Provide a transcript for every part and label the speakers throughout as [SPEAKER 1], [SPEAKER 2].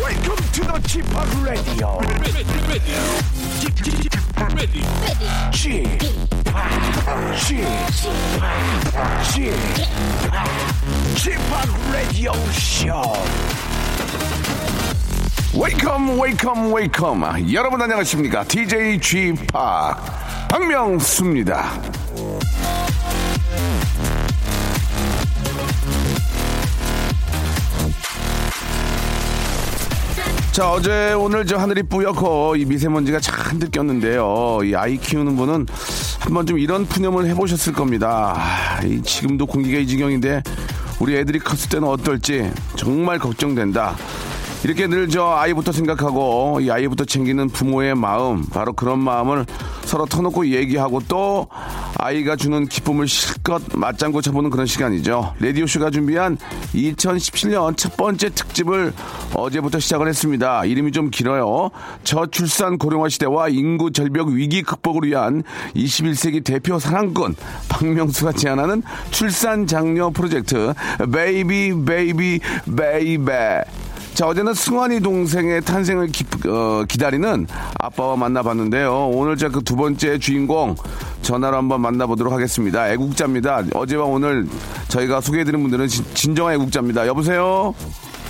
[SPEAKER 1] Welcome to the Chip Radio. Chip, Chip, Chip Radio Show.
[SPEAKER 2] 웨이컴 웨이컴 웨이컴 아, 여러분 안녕하십니까 DJ G 파 박명수입니다 자 어제 오늘 저 하늘이 뿌옇고 이 미세먼지가 잔뜩 꼈는데요 이 아이 키우는 분은 한번 좀 이런 푸념을 해보셨을 겁니다 아, 이 지금도 공기가 이 지경인데 우리 애들이 컸을 때는 어떨지 정말 걱정된다 이렇게 늘 저 아이부터 생각하고 이 아이부터 챙기는 부모의 마음 바로 그런 마음을 서로 터놓고 얘기하고 또 아이가 주는 기쁨을 실컷 맞장구 쳐보는 그런 시간이죠 라디오쇼가 준비한 2017년 첫 번째 특집을 어제부터 시작을 했습니다 이름이 좀 길어요 저출산 고령화 시대와 인구 절벽 위기 극복을 위한 21세기 대표 사랑꾼 박명수가 제안하는 출산 장려 프로젝트 베이비 베이비 베이베 자 어제는 승환이 동생의 탄생을 기, 다리는 아빠와 만나봤는데요. 오늘 제 그 두 번째 주인공 전화로 한번 만나보도록 하겠습니다. 애국자입니다. 어제와 오늘 저희가 소개해드린 분들은 진, 정한 애국자입니다. 여보세요.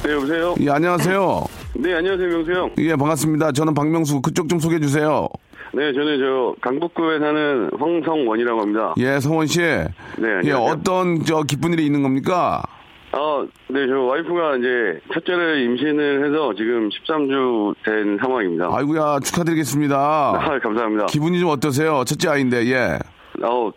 [SPEAKER 3] 네, 여보세요?
[SPEAKER 2] 예 안녕하세요.
[SPEAKER 3] 네, 안녕하세요, 명수 형.
[SPEAKER 2] 예 반갑습니다. 저는 박명수 그쪽 좀 소개해 주세요.
[SPEAKER 3] 네, 저는 저 강북구에 사는 황성원이라고 합니다.
[SPEAKER 2] 예 성원 씨. 예
[SPEAKER 3] 네, 안녕하세요.
[SPEAKER 2] 어떤 저 기쁜 일이 있는 겁니까?
[SPEAKER 3] 아, 네, 저 와이프가 이제 첫째를 임신을 해서 지금 13주 된 상황입니다.
[SPEAKER 2] 아이고야 축하드리겠습니다.
[SPEAKER 3] 아, 감사합니다.
[SPEAKER 2] 기분이 좀 어떠세요? 첫째 아이인데 예.
[SPEAKER 3] 어,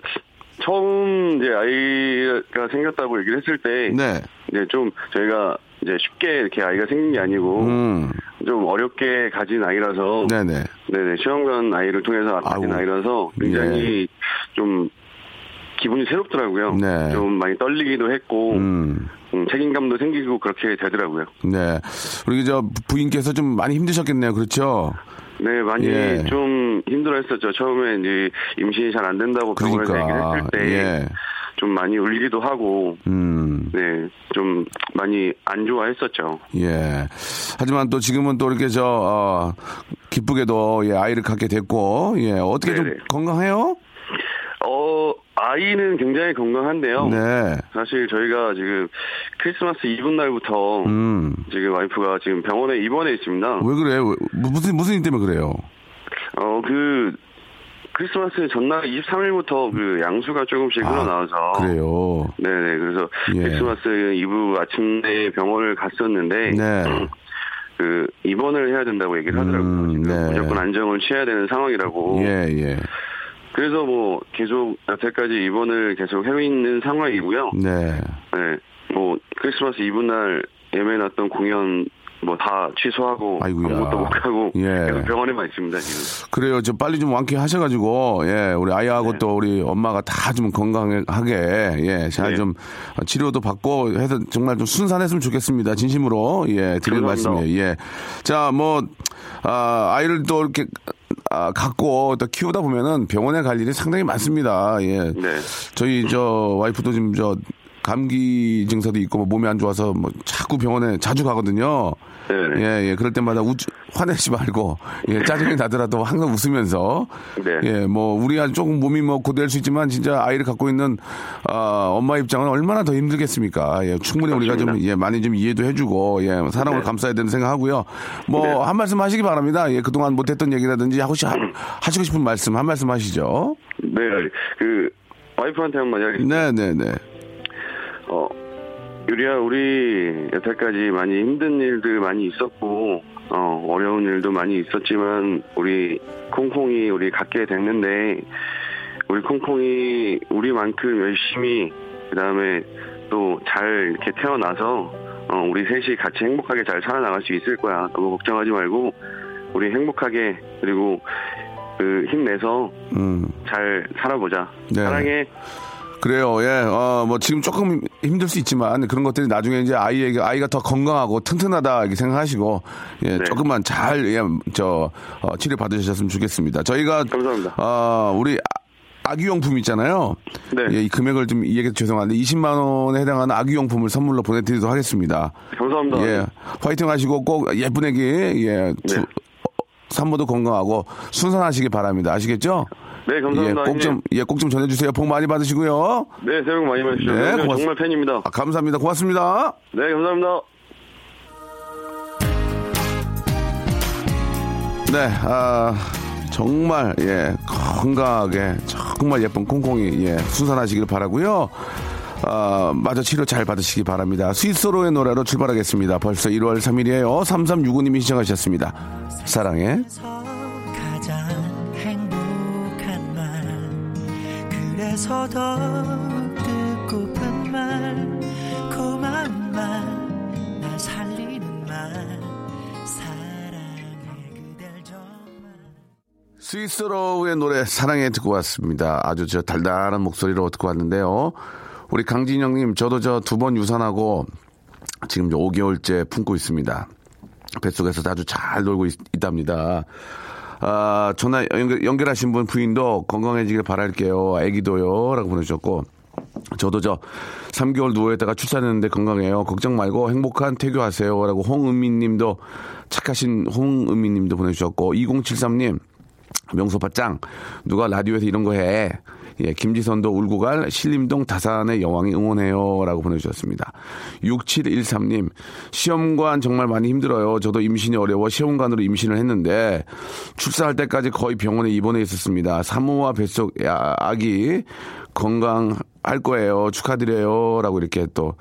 [SPEAKER 3] 처음 이제 아이가 생겼다고 얘기를 했을 때,
[SPEAKER 2] 네.
[SPEAKER 3] 이제 좀 저희가 이제 쉽게 이렇게 아이가 생긴 게 아니고,
[SPEAKER 2] 음.
[SPEAKER 3] 좀 어렵게 가진 아이라서,
[SPEAKER 2] 네네.
[SPEAKER 3] 네네, 시험관 아이를 통해서 가진
[SPEAKER 2] 아이고.
[SPEAKER 3] 아이라서 굉장히 좀 기분이 새롭더라고요.
[SPEAKER 2] 네.
[SPEAKER 3] 좀 많이 떨리기도 했고,
[SPEAKER 2] 음.
[SPEAKER 3] 음, 책임감도 생기고 그렇게 되더라고요.
[SPEAKER 2] 네. 우리 저 부인께서 좀 많이 힘드셨겠네요. 그렇죠?
[SPEAKER 3] 네, 많이
[SPEAKER 2] 예.
[SPEAKER 3] 좀 힘들어 했었죠. 처음에 이제 임신이 잘 안 된다고 병원에서
[SPEAKER 2] 그러니까.
[SPEAKER 3] 얘기를 했을 때,
[SPEAKER 2] 예.
[SPEAKER 3] 좀 많이 울기도 하고,
[SPEAKER 2] 음.
[SPEAKER 3] 네, 좀 많이 안 좋아했었죠.
[SPEAKER 2] 예. 하지만 또 지금은 또 이렇게 저 어, 기쁘게도 예, 아이를 갖게 됐고 예. 어떻게 좀
[SPEAKER 3] 네네.
[SPEAKER 2] 건강해요?
[SPEAKER 3] 어, 아이는 굉장히 건강한데요.
[SPEAKER 2] 네.
[SPEAKER 3] 사실 저희가 지금 크리스마스 이브 날부터
[SPEAKER 2] 음.
[SPEAKER 3] 지금 와이프가 지금 병원에 입원해 있습니다.
[SPEAKER 2] 왜 그래요? 왜- 무슨 무슨 일 때문에 그래요?
[SPEAKER 3] 어, 그 크리스마스 전날 23일부터 그 양수가 조금씩
[SPEAKER 2] 아,
[SPEAKER 3] 흘러나와서
[SPEAKER 2] 그래요.
[SPEAKER 3] 네네 그래서
[SPEAKER 2] 예.
[SPEAKER 3] 크리스마스 이브 아침에 병원을 갔었는데
[SPEAKER 2] 네.
[SPEAKER 3] 그 입원을 해야 된다고 얘기를 하더라고요. 지금
[SPEAKER 2] 음, 네.
[SPEAKER 3] 무조건 안정을 취해야 되는 상황이라고.
[SPEAKER 2] 예, 예.
[SPEAKER 3] 그래서 뭐 계속 여태까지 입원을 계속 해 있는 상황이고요.
[SPEAKER 2] 네.
[SPEAKER 3] 네. 뭐 크리스마스 이브 날 예매해놨던 공연 뭐 다 취소하고
[SPEAKER 2] 아이고야.
[SPEAKER 3] 아무것도 못 하고
[SPEAKER 2] 예.
[SPEAKER 3] 계속 병원에만 있습니다 지금.
[SPEAKER 2] 그래요. 저 빨리 좀 완쾌하셔 가지고 예, 우리 아이하고
[SPEAKER 3] 네.
[SPEAKER 2] 또 우리 엄마가 다 좀 건강하게 예, 잘
[SPEAKER 3] 네.
[SPEAKER 2] 좀 치료도 받고 해서 정말 좀 순산했으면 좋겠습니다. 진심으로 예, 드리는
[SPEAKER 3] 감사합니다.
[SPEAKER 2] 말씀이에요. 예. 자, 뭐 아, 아이를 또 이렇게 아, 갖고 또 키우다 보면은 병원에 갈 일이 상당히 많습니다. 예.
[SPEAKER 3] 네.
[SPEAKER 2] 저희 저 와이프도 지금 저 감기 증세도 있고 뭐 몸이 안 좋아서 뭐 자꾸 병원에 자주 가거든요.
[SPEAKER 3] 네네.
[SPEAKER 2] 예, 예. 그럴 때마다 우 화내지 말고 예, 짜증이 나더라도 항상 웃으면서
[SPEAKER 3] 네.
[SPEAKER 2] 예, 뭐 우리가 조금 몸이 뭐 고될 수 있지만 진짜 아이를 갖고 있는 아, 엄마 입장은 얼마나 더 힘들겠습니까? 예, 충분히 우리가 좀
[SPEAKER 3] 그렇습니다.
[SPEAKER 2] 예, 많이 좀 이해도 해주고 예, 사랑을
[SPEAKER 3] 네.
[SPEAKER 2] 감싸야 되는 생각하고요. 뭐
[SPEAKER 3] 네.
[SPEAKER 2] 한 말씀 하시기 바랍니다. 예, 그동안 못했던 얘기라든지 하고 싶,
[SPEAKER 3] 음.
[SPEAKER 2] 하시고 싶은 말씀 한 말씀 하시죠.
[SPEAKER 3] 네. 그 와이프한테 한마디 하겠습니다.
[SPEAKER 2] 네, 네, 네.
[SPEAKER 3] 어, 유리야, 우리 여태까지 많이 힘든 일들 많이 있었고, 어, 어려운 일도 많이 있었지만, 우리 콩콩이 우리 갖게 됐는데, 우리 콩콩이 우리만큼 열심히 그 다음에 또 잘 이렇게 태어나서 어, 우리 셋이 같이 행복하게 잘 살아나갈 수 있을 거야. 너무 걱정하지 말고 우리 행복하게 그리고 그 힘내서
[SPEAKER 2] 음.
[SPEAKER 3] 잘 살아보자.
[SPEAKER 2] 네.
[SPEAKER 3] 사랑해.
[SPEAKER 2] 그래요. 예. 어, 뭐 지금 조금 힘들 수 있지만 그런 것들이 나중에 이제 아이에게 아이가 더 건강하고 튼튼하다 이렇게 생각하시고 예,
[SPEAKER 3] 네.
[SPEAKER 2] 조금만 잘 예, 저 어, 치료 받으셨으면 좋겠습니다. 저희가
[SPEAKER 3] 감사합니다.
[SPEAKER 2] 어, 우리 아- 아기용품 있잖아요.
[SPEAKER 3] 네.
[SPEAKER 2] 예, 이 금액을 좀 얘기 죄송한데 20만 원에 해당하는 아기용품을 선물로 보내드리도록 하겠습니다.
[SPEAKER 3] 감사합니다.
[SPEAKER 2] 예, 화이팅 하시고 꼭 예쁜 애기 예, 두-
[SPEAKER 3] 네.
[SPEAKER 2] 산모도 건강하고 순산하시기 바랍니다. 아시겠죠?
[SPEAKER 3] 네, 감사합니다.
[SPEAKER 2] 예, 꼭 좀,
[SPEAKER 3] 형님.
[SPEAKER 2] 예, 꼭 좀 전해주세요. 복 많이 받으시고요.
[SPEAKER 3] 네, 새해 복 많이 받으십시오.
[SPEAKER 2] 네,
[SPEAKER 3] 형님
[SPEAKER 2] 고맙습-
[SPEAKER 3] 정말 팬입니다.
[SPEAKER 2] 아, 감사합니다. 고맙습니다.
[SPEAKER 3] 네, 감사합니다.
[SPEAKER 2] 네, 아, 정말, 예, 건강하게, 정말 예쁜 콩콩이, 예, 순산하시길 바라고요 아, 마저 치료 잘 받으시기 바랍니다. 스위스로의 노래로 출발하겠습니다. 벌써 1월 3일이에요. 3365님이 시청하셨습니다. 사랑해.
[SPEAKER 4] 가장 행복한 말 그래서 더 듣고픈 말 고마운 말날 살리는 말 사랑해 그댈 정말
[SPEAKER 2] 스위스로의 노래 사랑해 듣고 왔습니다. 아주 저 달달한 목소리로 듣고 왔는데요. 우리 강진영님, 저도 저 두 번 유산하고 지금 5개월째 품고 있습니다. 뱃속에서 아주 잘 놀고 있, 답니다 아, 전화 연결, 하신분 부인도 건강해지길 바랄게요. 아기도요. 라고 보내주셨고. 저도 저 3개월 누워있다가 출산했는데 건강해요. 걱정 말고 행복한 태교하세요. 라고 홍은민 님도 착하신 홍은민 님도 보내주셨고. 2073님. 명소파짱 누가 라디오에서 이런 거 해. 예, 김지선도 울고 갈 신림동 다산의 여왕이 응원해요. 라고 보내주셨습니다. 6713님, 시험관 정말 많이 힘들어요. 저도 임신이 어려워 시험관으로 임신을 했는데, 출산할 때까지 거의 병원에 입원해 있었습니다. 산모와 뱃속 아- 아기 건강할 거예요. 축하드려요. 라고 이렇게 또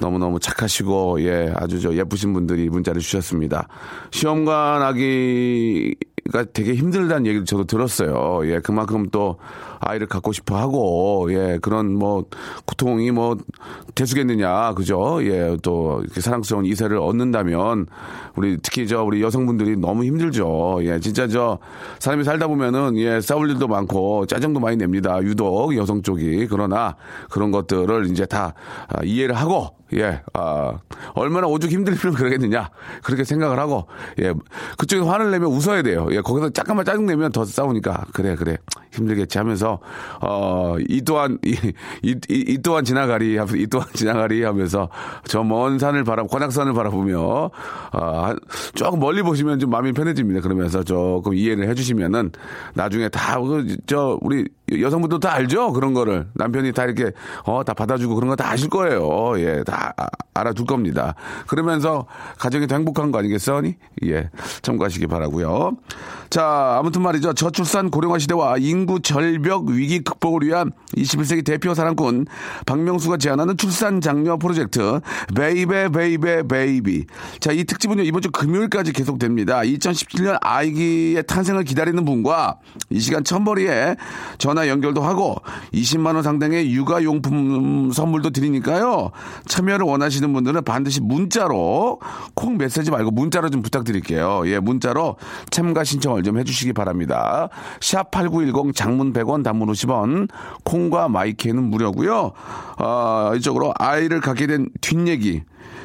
[SPEAKER 2] 너무너무 착하시고, 예, 아주 저 예쁘신 분들이 문자를 주셨습니다. 시험관 아기 가 되게 힘들다는 얘기를 저도 들었어요. 예, 그만큼 또 아이를 갖고 싶어 하고, 예, 그런 뭐, 고통이 뭐, 대수겠느냐, 그죠? 예, 또, 이렇게 사랑스러운 이세를 얻는다면, 우리, 특히 저, 우리 여성분들이 너무 힘들죠. 예, 진짜 저, 사람이 살다 보면은, 예, 싸울 일도 많고, 짜증도 많이 냅니다. 유독 여성 쪽이. 그러나, 그런 것들을 이제 다, 아, 이해를 하고, 예, 아, 얼마나 오죽 힘들면 그러겠느냐. 그렇게 생각을 하고, 예, 그쪽에 화를 내면 웃어야 돼요. 예, 거기서 잠깐만 짜증내면 더 싸우니까, 그래, 그래. 힘들겠지 하면서, 어, 이 또한, 이, 이, 이, 이 또한 지나가리, 하면서, 이 또한 지나가리 하면서, 저 먼 산을 바라, 관악산을 바라보며, 아, 한- 조금 멀리 보시면 좀 마음이 편해집니다. 그러면서 조금 이해를 해주시면은, 나중에 다, 그, 저, 우리 여성분도 다 알죠? 그런 거를. 남편이 다 이렇게, 어, 다 받아주고 그런 거 다 아실 거예요. 예, 다 아- 알아둘 겁니다. 그러면서 가정이 더 행복한 거 아니겠어니? 예, 참고하시기 바라고요 자, 아무튼 말이죠. 저출산 고령화 시대와 인구 절벽 위기 극복을 위한 21세기 대표 사랑꾼 박명수가 제안하는 출산 장려 프로젝트 베이베 베이베 베이비. 자, 이 특집은요. 이번 주 금요일까지 계속됩니다. 2017년 아이기의 탄생을 기다리는 분과 이 시간 천벌이에 전화 연결도 하고 20만 원 상당의 육아용품 선물도 드리니까요. 참여를 원하시는 분들은 반드시 문자로 콩 메시지 말고 문자로 좀 부탁드릴게요. 예, 문자로 참가 신청을 좀 해주시기 바랍니다. 샵8910 장문 100원 단문 50원 콩과 마이크는 무료고요. 아, 이쪽으로 아이를 갖게 된 뒷얘기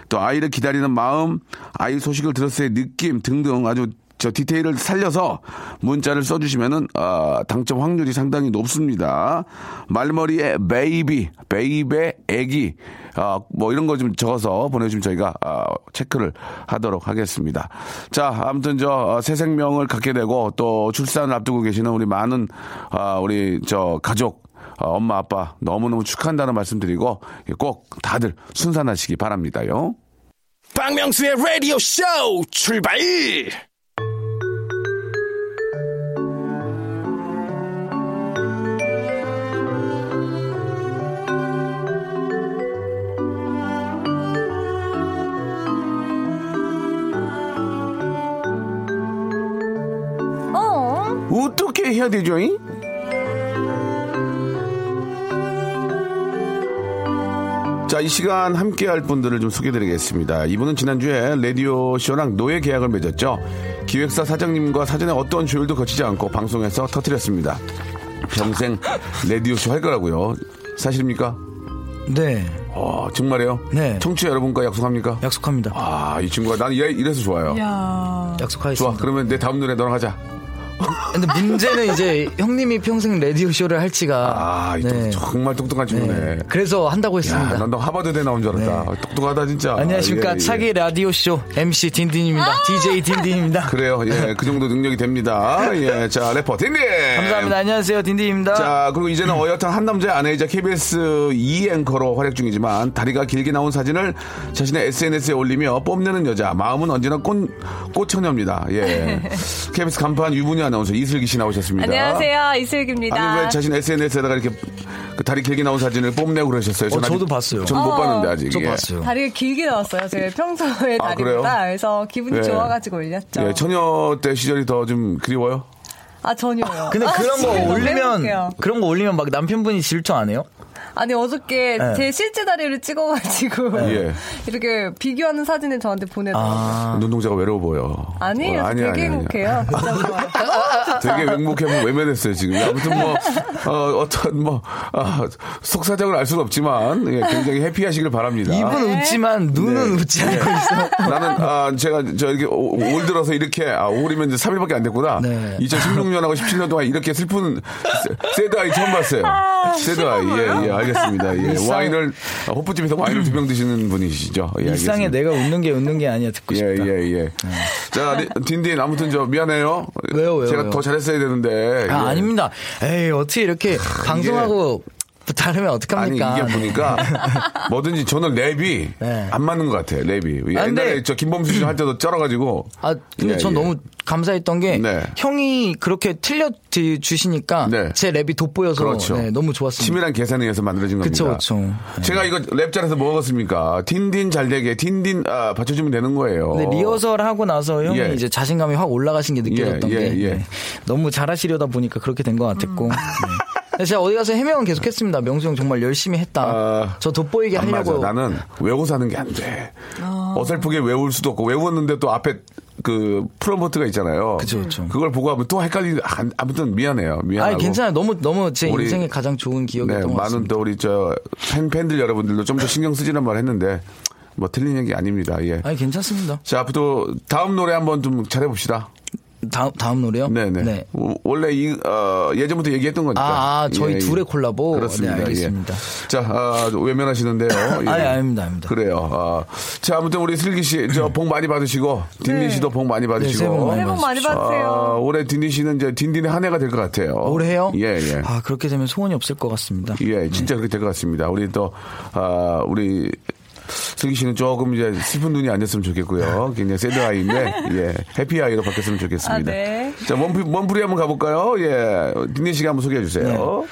[SPEAKER 2] 또 아이를 기다리는 마음 아이 소식을 들었을 때 느낌 등등 아주 저 디테일을 살려서 문자를 써주시면은 아, 당첨 확률이 상당히 높습니다. 말머리에 베이비, 베이베, 애기 아, 뭐 이런 거 좀 적어서 보내주시면 저희가 아, 체크를 하도록 하겠습니다. 자, 아무튼 저 새 생명을 갖게 되고 또 출산을 앞두고 계시는 우리 많은 아, 우리 저 가족 어, 엄마 아빠 너무너무 축하한다는 말씀드리고 예, 꼭 다들 순산하시기 바랍니다요.
[SPEAKER 1] 박명수의 라디오 쇼 출발!
[SPEAKER 5] 어?
[SPEAKER 2] 어떻게 해야 되죠? 잉? 자, 이 시간 함께 할 분들을 좀 소개드리겠습니다. 이분은 지난주에 라디오 쇼랑 노예 계약을 맺었죠. 기획사 사장님과 사전에 어떤 조율도 거치지 않고 방송에서 터뜨렸습니다. 평생 라디오 쇼 할 거라고요. 사실입니까?
[SPEAKER 6] 네,
[SPEAKER 2] 어, 정말이에요?
[SPEAKER 6] 네.
[SPEAKER 2] 청취자 여러분과 약속합니까?
[SPEAKER 6] 약속합니다.
[SPEAKER 2] 아, 이 친구가 난 이래- 이래서 좋아요. 좋아.
[SPEAKER 6] 약속하겠습니다.
[SPEAKER 2] 그러면 내 다음 노래 너랑 하자.
[SPEAKER 6] 근데 문제는 이제 형님이 평생 라디오 쇼를 할지가
[SPEAKER 2] 아, 이 또- 정말 똑똑한 친구네.
[SPEAKER 6] 네. 그래서 한다고 했습니다. 네.
[SPEAKER 2] 야, 난너 하버드대 나온 줄 알았다. 아, 똑똑하다 진짜.
[SPEAKER 6] 안녕하십니까
[SPEAKER 2] 아, 예, 예.
[SPEAKER 6] 차기 라디오 쇼 MC 딘딘입니다.
[SPEAKER 7] 아!
[SPEAKER 6] DJ 딘딘입니다.
[SPEAKER 2] 그래요. 예, 그 정도 능력이 됩니다. 예, 자 래퍼 딘딘.
[SPEAKER 6] 감사합니다. 안녕하세요 딘딘입니다.
[SPEAKER 2] 자 그리고 이제는 어엿한 한 남자의 아내이자 KBS 2 앵커로 활약 중이지만 다리가 길게 나온 사진을 자신의 SNS에 올리며 뽐내는 여자 마음은 언제나 꽃 꽃처녀입니다. 예, KBS 간판 유부녀 아나운서 이슬기 씨 나오셨습니다.
[SPEAKER 5] 안녕하세요. 이슬기입니다.
[SPEAKER 2] 아니 왜 자신 SNS에다가 이렇게 그 다리 길게 나온 사진을 뽐내고 그러셨어요? 전
[SPEAKER 6] 어, 저도 봤어요.
[SPEAKER 2] 전못 봤는데 아직.
[SPEAKER 6] 저
[SPEAKER 2] 예.
[SPEAKER 6] 봤어요.
[SPEAKER 7] 다리가 길게 나왔어요. 제가 평소에
[SPEAKER 2] 아, 그래요?
[SPEAKER 7] 다리보다. 그래서 기분이
[SPEAKER 2] 예.
[SPEAKER 7] 좋아가지고 올렸죠.
[SPEAKER 2] 예, 처녀 때 시절이 더 좀 그리워요?
[SPEAKER 7] 아 전혀요.
[SPEAKER 6] 근데
[SPEAKER 7] 아,
[SPEAKER 6] 그런
[SPEAKER 7] 지금
[SPEAKER 6] 거
[SPEAKER 7] 너무 행복해요.
[SPEAKER 6] 올리면 그런 거 올리면 막 남편분이 질투 안 해요?
[SPEAKER 7] 아니 어저께
[SPEAKER 6] 예.
[SPEAKER 7] 제 실제 다리를 찍어가지고
[SPEAKER 2] 네. 예.
[SPEAKER 7] 이렇게 비교하는 사진을 저한테 보내더라고요.
[SPEAKER 6] 아
[SPEAKER 2] 눈동자가 외로워 보여.
[SPEAKER 7] 아. 니에요
[SPEAKER 2] 어, 아니야,
[SPEAKER 7] 되게
[SPEAKER 2] 아니야, 아니야.
[SPEAKER 7] 행복해요. 진짜
[SPEAKER 2] 되게 맹목해 외면했어요 지금. 아무튼 뭐 어, 떤 뭐 아, 속사정을 알 수는 없지만 예, 굉장히 해피하시길 바랍니다.
[SPEAKER 6] 입은 웃지만 눈은
[SPEAKER 2] 아, 네.
[SPEAKER 6] 웃지 않고 있어.
[SPEAKER 2] 나는 아 제가 저 이렇게 오- 올 들어서 이렇게 아 올이면 이제 3일밖에 안 됐구나.
[SPEAKER 6] 네.
[SPEAKER 2] 2016년하고 17년 동안 이렇게 슬픈 세- 새드 아이 처음 봤어요. 새드 아이 예예 알겠습니다. 예.
[SPEAKER 6] 일상-
[SPEAKER 2] 와인을 아, 호프집에서 와인을 두 병 드시는 분이시죠. 예,
[SPEAKER 6] 일상에
[SPEAKER 2] 알겠습니다.
[SPEAKER 6] 내가 웃는 게 웃는 게 아니야 듣고
[SPEAKER 2] 예,
[SPEAKER 6] 싶다. 네.
[SPEAKER 2] 예, 예. 자, 리- 딘딘, 아무튼 저 미안해요.
[SPEAKER 6] 왜요, 왜요,
[SPEAKER 2] 제가
[SPEAKER 6] 왜요?
[SPEAKER 2] 더 잘했어야 되는데. 예.
[SPEAKER 6] 아,
[SPEAKER 2] 아,
[SPEAKER 6] 아닙니다. 에이, 어떻게 이렇게 방송하고 다르면
[SPEAKER 2] 아니,
[SPEAKER 6] 어떡합니까?
[SPEAKER 2] 이게 보니까 뭐든지 저는 랩이
[SPEAKER 6] 네.
[SPEAKER 2] 안 맞는 것 같아요, 랩이.
[SPEAKER 6] 아,
[SPEAKER 2] 옛날에
[SPEAKER 6] 근데-
[SPEAKER 2] 저 김범수 씨할 때도 쩔어가지고.
[SPEAKER 6] 아, 근데
[SPEAKER 2] 예, 예.
[SPEAKER 6] 전 너무 감사했던 게
[SPEAKER 2] 네.
[SPEAKER 6] 형이 그렇게 틀려 드- 주시니까
[SPEAKER 2] 네.
[SPEAKER 6] 제 랩이 돋보여서
[SPEAKER 2] 그렇죠.
[SPEAKER 6] 네, 너무 좋았습니다.
[SPEAKER 2] 치밀한 계산에 의해서 만들어진
[SPEAKER 6] 그쵸,
[SPEAKER 2] 겁니다.
[SPEAKER 6] 그쵸. 네.
[SPEAKER 2] 제가 이거 랩 잘해서 뭐 먹었습니까? 딘딘 잘 되게, 딘딘, 아, 받쳐주면 되는 거예요.
[SPEAKER 6] 근데 리허설 하고 나서 형이
[SPEAKER 2] 어. 예.
[SPEAKER 6] 이제 자신감이 확 올라가신 게 느껴졌던
[SPEAKER 2] 예, 예,
[SPEAKER 6] 게
[SPEAKER 2] 예.
[SPEAKER 6] 네. 너무 잘하시려다 보니까 그렇게 된 것 같았고. 네. 제가 어디 가서 해명은 계속했습니다. 명수 형 정말 열심히 했다.
[SPEAKER 2] 아,
[SPEAKER 6] 저 돋보이게
[SPEAKER 2] 안 맞아.
[SPEAKER 6] 하려고. 아.
[SPEAKER 2] 나는 외워서 하는 게 안 돼. 어설프게 외울 수도 없고 외웠는데 또 앞에 그 프롬포트가 있잖아요.
[SPEAKER 6] 그쵸, 그쵸.
[SPEAKER 2] 걸 보고 하면 또 헷갈리. 아, 아무튼 미안해요. 미안하고.
[SPEAKER 6] 아니 괜찮아요. 너무 너무 제
[SPEAKER 2] 우리-
[SPEAKER 6] 인생의 가장 좋은 기억이었던
[SPEAKER 2] 네,
[SPEAKER 6] 것
[SPEAKER 2] 많은
[SPEAKER 6] 같습니다.
[SPEAKER 2] 또 우리 저 팬, 팬들 여러분들도 좀 더 신경 쓰지는 말 했는데 뭐 틀린 얘기 아닙니다. 예.
[SPEAKER 6] 아니 괜찮습니다.
[SPEAKER 2] 자, 앞으로 다음 노래 한번 좀 잘해봅시다.
[SPEAKER 6] 다음 다음 노래요?
[SPEAKER 2] 네네.
[SPEAKER 6] 네.
[SPEAKER 2] 오- 원래 이, 어, 예전부터 얘기했던 거니까. 예,
[SPEAKER 6] 아, 아, 저희 둘의 콜라보?
[SPEAKER 2] 그렇습니다.
[SPEAKER 6] 네, 알겠습니다.
[SPEAKER 2] 예. 자, 아, 외면하시는데요. 예.
[SPEAKER 6] 아니, 아닙니다, 아닙니다. 네.
[SPEAKER 2] 그래요. 아, 자, 아무튼 우리 슬기 씨, 저 복 많이 받으시고, 딘딘 씨도 복 많이 받으시고.
[SPEAKER 6] 새해 복 많이
[SPEAKER 7] 새해 복 많이
[SPEAKER 2] 아,
[SPEAKER 7] 받으세요.
[SPEAKER 2] 올해 딘딘 씨는 이제 딘딘의 한 해가 될 것 같아요.
[SPEAKER 6] 올해요?
[SPEAKER 2] 예, 예.
[SPEAKER 6] 아 그렇게 되면 소원이 없을 것 같습니다.
[SPEAKER 2] 예, 진짜 그렇게 될 것 같습니다. 우리 또, 아, 우리 슬기 씨는 조금 이제 슬픈 눈이 아니었으면 좋겠고요. 굉장히 새드 아이인데, 예, 해피 아이로 바뀌었으면 좋겠습니다.
[SPEAKER 7] 아, 네.
[SPEAKER 2] 자, 원프, 원프리 한번 가볼까요? 예, 딘딘 씨가 한번 소개해
[SPEAKER 6] 네.
[SPEAKER 2] 주세요.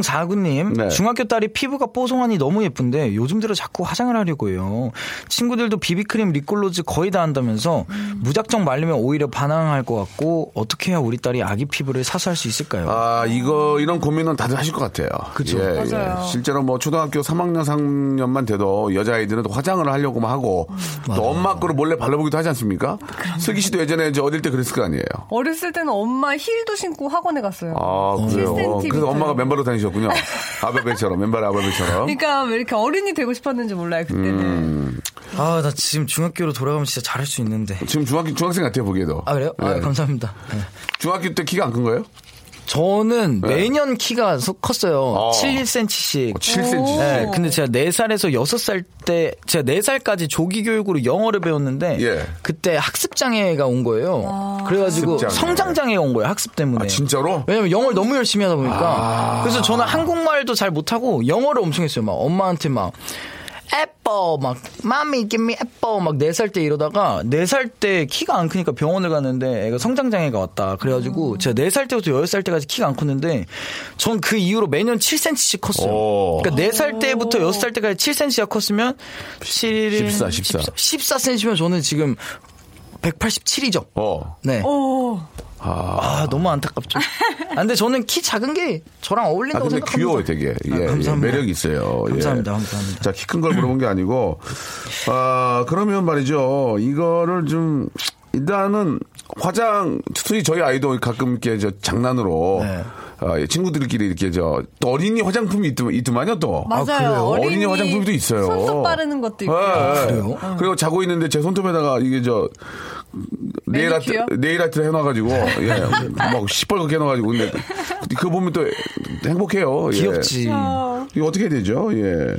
[SPEAKER 6] 1049님,
[SPEAKER 2] 네.
[SPEAKER 6] 중학교 딸이 피부가 뽀송하니 너무 예쁜데 요즘 들어 자꾸 화장을 하려고 해요. 친구들도 비비크림, 립글로즈 거의 다 한다면서 무작정 말리면 오히려 반항할 것 같고 어떻게 해야 우리 딸이 아기 피부를 사수할 수 있을까요?
[SPEAKER 2] 아, 이거, 이런 고민은 다들 하실 것 같아요.
[SPEAKER 6] 그쵸.
[SPEAKER 2] 예,
[SPEAKER 7] 맞아요.
[SPEAKER 2] 예. 실제로 뭐 초등학교 3학년, 3학년만 돼도 여자아이들은 화장을 하려고만 하고 또 엄마 거를 몰래 발라보기도 하지 않습니까? 슬기 씨도 예전에 이제 어릴 때 그랬을 거 아니에요?
[SPEAKER 7] 어렸을 때는 엄마 힐도 신고 학원에 갔어요.
[SPEAKER 2] 아, 그래요.
[SPEAKER 7] 7cm
[SPEAKER 2] 그래서
[SPEAKER 7] 밑으로.
[SPEAKER 2] 엄마가 맨발로 다니셨군요. 아베베처럼, 맨발 아베베처럼.
[SPEAKER 7] 그러니까 왜 이렇게 어른이 되고 싶었는지 몰라요 그때는.
[SPEAKER 2] 음.
[SPEAKER 6] 아 나 지금 중학교로 돌아가면 진짜 잘할 수 있는데.
[SPEAKER 2] 지금 중학교, 중학생 같아요, 보기에도.
[SPEAKER 6] 아 그래요? 아
[SPEAKER 2] 예.
[SPEAKER 6] 감사합니다. 네.
[SPEAKER 2] 중학교 때 키가 안 큰 거예요?
[SPEAKER 6] 저는 매년 키가 소- 네. 컸어요.
[SPEAKER 2] 어.
[SPEAKER 6] 71cm씩.
[SPEAKER 2] 7cm.
[SPEAKER 6] 네, 근데 제가 4살에서 6살 때, 제가 4살까지 조기교육으로 영어를 배웠는데,
[SPEAKER 2] 예.
[SPEAKER 6] 그때 학습장애가 온 거예요. 그래가지고
[SPEAKER 2] 학습장애.
[SPEAKER 6] 성장장애 온 거예요, 학습 때문에.
[SPEAKER 2] 아, 진짜로?
[SPEAKER 6] 왜냐면 영어를 너무 열심히 하다 보니까. 그래서 저는 한국말도 잘 못하고, 영어를 엄청 했어요. 막 엄마한테 막. 애뻐 막 마미 김미 애뻐 막 네 살 때 이러다가 네 살 때 키가 안 크니까 병원을 갔는데 애가 성장 장애가 왔다 그래가지고 제가 네 살 때부터 열 살 때까지 키가 안 컸는데 전 그 이후로 매년 7cm씩 컸어요.
[SPEAKER 2] 오.
[SPEAKER 6] 그러니까 4살 때부터 6살 때까지 7cm가 컸으면 7,
[SPEAKER 2] 14, 14.
[SPEAKER 6] 14cm면 저는 지금 187이죠.
[SPEAKER 2] 어.
[SPEAKER 6] 네.
[SPEAKER 7] 오.
[SPEAKER 6] 아, 너무 안타깝죠. 아, 근데 저는 키 작은 게 저랑
[SPEAKER 2] 아,
[SPEAKER 6] 어울린다고
[SPEAKER 2] 근데
[SPEAKER 6] 생각합니다.
[SPEAKER 2] 귀여워요, 되게. 예,
[SPEAKER 6] 아,
[SPEAKER 2] 예,
[SPEAKER 6] 감사합니다.
[SPEAKER 2] 매력이 있어요. 예.
[SPEAKER 6] 감사합니다, 감사합니다.
[SPEAKER 2] 자, 키 큰 걸 물어본 게 아니고, 아, 그러면 말이죠. 이거를 좀, 일단은, 화장, 특히 저희 아이도 가끔 이렇게 저 장난으로,
[SPEAKER 6] 네.
[SPEAKER 2] 아, 예, 친구들끼리 이렇게 저, 또 어린이 화장품이 있더만, 있더만요, 또.
[SPEAKER 7] 맞아요. 그래요?
[SPEAKER 2] 어린이,
[SPEAKER 7] 어린이
[SPEAKER 2] 화장품도 있어요. 예,
[SPEAKER 7] 손톱 바르는 것도 있고요.
[SPEAKER 6] 아, 그래요?
[SPEAKER 2] 그리고 자고 있는데 제 손톱에다가 이게 저, 네일 아트,
[SPEAKER 7] 매니큐어?
[SPEAKER 2] 네일 아트 해놔가지고, 예, 막 시뻘겋게 해놔가지고, 근데 그거 보면 또 행복해요. 예.
[SPEAKER 6] 귀엽지.
[SPEAKER 7] 아.
[SPEAKER 2] 이거 어떻게 해야 되죠? 예.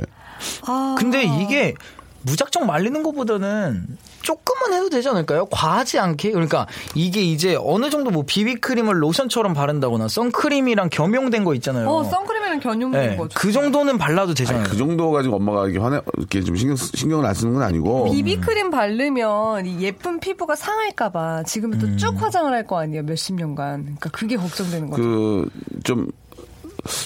[SPEAKER 6] 근데 이게 무작정 말리는 것보다는 조금만 해도 되지 않을까요? 과하지 않게. 그러니까 이게 이제 어느 정도 뭐 비비크림을 로션처럼 바른다거나 선크림이랑 겸용된 거 있잖아요.
[SPEAKER 7] 어, 선크림이랑 견용된
[SPEAKER 6] 네,
[SPEAKER 7] 거죠.
[SPEAKER 6] 그 정도는 발라도 되잖아요.
[SPEAKER 2] 그 정도 가지고 엄마가 이렇게 화내, 이렇게 좀 신경, 쓰- 신경을 안 쓰는 건 아니고.
[SPEAKER 7] 비비크림 바르면 이 예쁜 피부가 상할까봐 지금부터 쭉 화장을 할 거 아니에요 몇십 년간 그러니까 그게 걱정되는 거죠
[SPEAKER 2] 음. 그, 좀,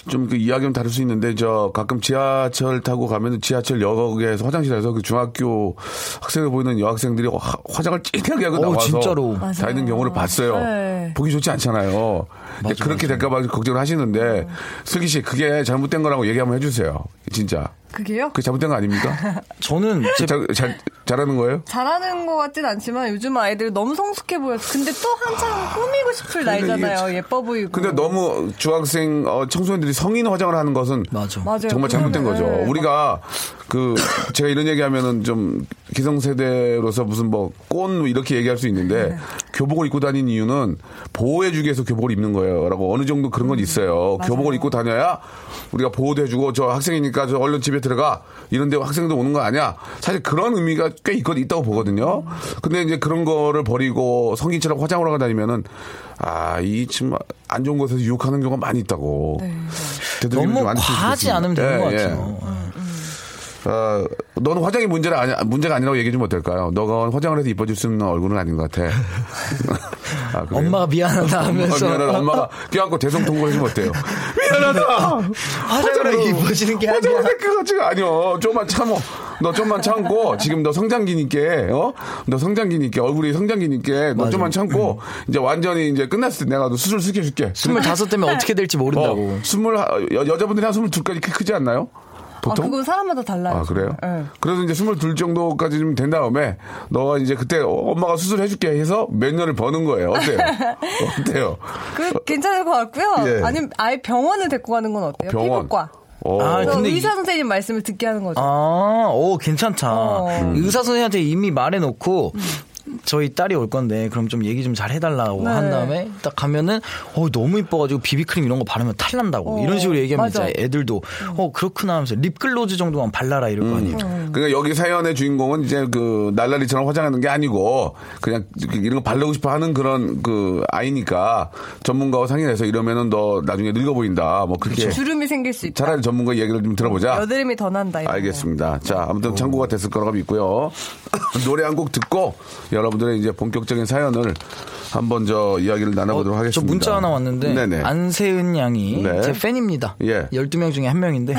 [SPEAKER 2] 좀 그 이야기는 다를 수 있는데, 저 가끔 지하철 타고 가면 지하철 역에서 화장실에서 그 중학교 학생을 보이는 여학생들이 화, 화장을 진하게 하고
[SPEAKER 6] 어,
[SPEAKER 2] 나와서
[SPEAKER 6] 진짜로.
[SPEAKER 2] 다니는 경우를 봤어요.
[SPEAKER 7] 네.
[SPEAKER 2] 보기 좋지 않잖아요. 근데 그렇게 될까봐 걱정을 하시는데, 슬기 씨, 그게 잘못된 거라고 얘기 한번 해주세요. 진짜.
[SPEAKER 7] 그게요?
[SPEAKER 2] 그게 잘못된 거 아닙니까?
[SPEAKER 6] 저는 제
[SPEAKER 2] 잘, 잘, 잘하는 거예요?
[SPEAKER 7] 잘하는 것 같진 않지만 요즘 아이들이 너무 성숙해 보여서 근데 또 한참 꾸미고
[SPEAKER 2] 근데
[SPEAKER 7] 싶을
[SPEAKER 2] 그러니까 이게
[SPEAKER 7] 나이잖아요
[SPEAKER 2] 참-
[SPEAKER 7] 예뻐 보이고
[SPEAKER 2] 근데 너무 중학생 어, 청소년들이 성인 화장을 하는 것은
[SPEAKER 6] 맞아.
[SPEAKER 7] 맞아요.
[SPEAKER 2] 정말 잘못된
[SPEAKER 7] 그거는,
[SPEAKER 2] 거죠.
[SPEAKER 7] 네.
[SPEAKER 2] 우리가 그 제가 이런 얘기하면은 좀 기성세대로서 무슨 뭐꼰 이렇게 얘기할 수 있는데
[SPEAKER 7] 네.
[SPEAKER 2] 교복을 입고 다니는 이유는 보호해주기 위해서 교복을 입는 거예요라고 어느 정도 그런 건 있어요.
[SPEAKER 7] 음,
[SPEAKER 2] 교복을 입고 다녀야 우리가 보호도 해주고 저 학생이니까 저 얼른 집에 들어가 이런데 학생도 오는 거 아니야. 사실 그런 의미가 꽤 있거, 있다고 보거든요. 근데 이제 그런 거를 버리고 성인처럼 화장을 하고 다니면은 아, 이 참 안 좋은 곳에서 유혹하는 경우가 많이 있다고.
[SPEAKER 7] 네,
[SPEAKER 2] 되도록이면
[SPEAKER 6] 너무
[SPEAKER 2] 좀안 했으면
[SPEAKER 6] 과하지
[SPEAKER 2] 좋겠습니다.
[SPEAKER 6] 않으면 되는
[SPEAKER 2] 예,
[SPEAKER 6] 것
[SPEAKER 2] 예.
[SPEAKER 6] 같아요.
[SPEAKER 2] 어, 너는 화장이 문제가 아니 문제가 아니라고 얘기 좀 어떨까요? 너가 화장을 해서 이뻐질 수 있는 얼굴은 아닌 것 같아. 아, 그래요?
[SPEAKER 6] 엄마가 미안하다 하면서
[SPEAKER 2] 엄마가 미안하다. 엄마가 껴안고 대성 통곡을 해주면 어때요? 미안하다.
[SPEAKER 6] 화장으로 입어지는 게 아니야.
[SPEAKER 2] 화장으로 될것 같지가 아니요. 좀만 참어. 너 좀만 참고 지금 너 성장기니까 어? 너 성장기니까 얼굴이 성장기니까 너
[SPEAKER 6] 맞아.
[SPEAKER 2] 좀만 참고
[SPEAKER 6] 음.
[SPEAKER 2] 이제 완전히 이제 끝났을 때 내가 너 수술 시켜줄게.
[SPEAKER 6] 25 때문에 어떻게 될지 모른다고.
[SPEAKER 2] 어, 스물 여, 여자분들이 한 스물 둘까지 키 크지 않나요?
[SPEAKER 7] 아,
[SPEAKER 2] 보통?
[SPEAKER 7] 그건 사람마다 달라요
[SPEAKER 2] 아, 그래요?
[SPEAKER 7] 네.
[SPEAKER 2] 그래서 이제 22 정도까지 좀 된 다음에, 너가 이제 그때 어, 엄마가 수술해줄게 해서 몇 년을 버는 거예요. 어때요? 어때요?
[SPEAKER 7] 그 괜찮을 것 같고요
[SPEAKER 2] 예.
[SPEAKER 7] 아니면 아예 병원을 데리고 가는 건 어때요?
[SPEAKER 2] 병원.
[SPEAKER 7] 피부과
[SPEAKER 2] 어.
[SPEAKER 6] 아,
[SPEAKER 7] 그래서
[SPEAKER 6] 근데
[SPEAKER 7] 의사 선생님 말씀을 듣게 하는 거죠
[SPEAKER 6] 아, 오, 괜찮다.
[SPEAKER 7] 어. 음.
[SPEAKER 6] 의사 선생님한테 이미 말해놓고 저희 딸이 올 건데 그럼 좀 얘기 좀 잘 해달라고
[SPEAKER 7] 네.
[SPEAKER 6] 한 다음에 딱 가면은 어 너무 이뻐가지고 비비크림 이런 거 바르면 탈 난다고
[SPEAKER 7] 어, 음.
[SPEAKER 6] 이런 식으로 얘기하면
[SPEAKER 7] 맞아.
[SPEAKER 6] 이제 애들도 어 그렇구나 하면서 립글로즈 정도만 발라라
[SPEAKER 7] 음.
[SPEAKER 6] 이럴 거 아니에요.
[SPEAKER 2] 그러니까 여기 사연의 주인공은 이제 그 날라리처럼 화장하는 게 아니고 그냥 이런 거 바르고 싶어 하는 그런 그 아이니까 전문가와 상의해서 이러면은 너 나중에 늙어 보인다. 뭐 그렇게
[SPEAKER 7] 주름이 생길 수 있다
[SPEAKER 2] 차라리 전문가 얘기를 좀 들어보자.
[SPEAKER 7] 여드름이 더
[SPEAKER 6] 네.
[SPEAKER 7] 난다 이런
[SPEAKER 2] 알겠습니다. 자, 아무튼 참고가 됐을 거라고 믿고요. 노래 한 곡 듣고 여러분들의 이제 본격적인 사연을 한번 저 이야기를 나눠보도록
[SPEAKER 6] 어,
[SPEAKER 2] 하겠습니다.
[SPEAKER 6] 저 문자 하나 왔는데
[SPEAKER 2] 네네.
[SPEAKER 6] 안세은 양이
[SPEAKER 2] 네.
[SPEAKER 6] 제 팬입니다.
[SPEAKER 2] 예.
[SPEAKER 6] 12명 중에 한 명인데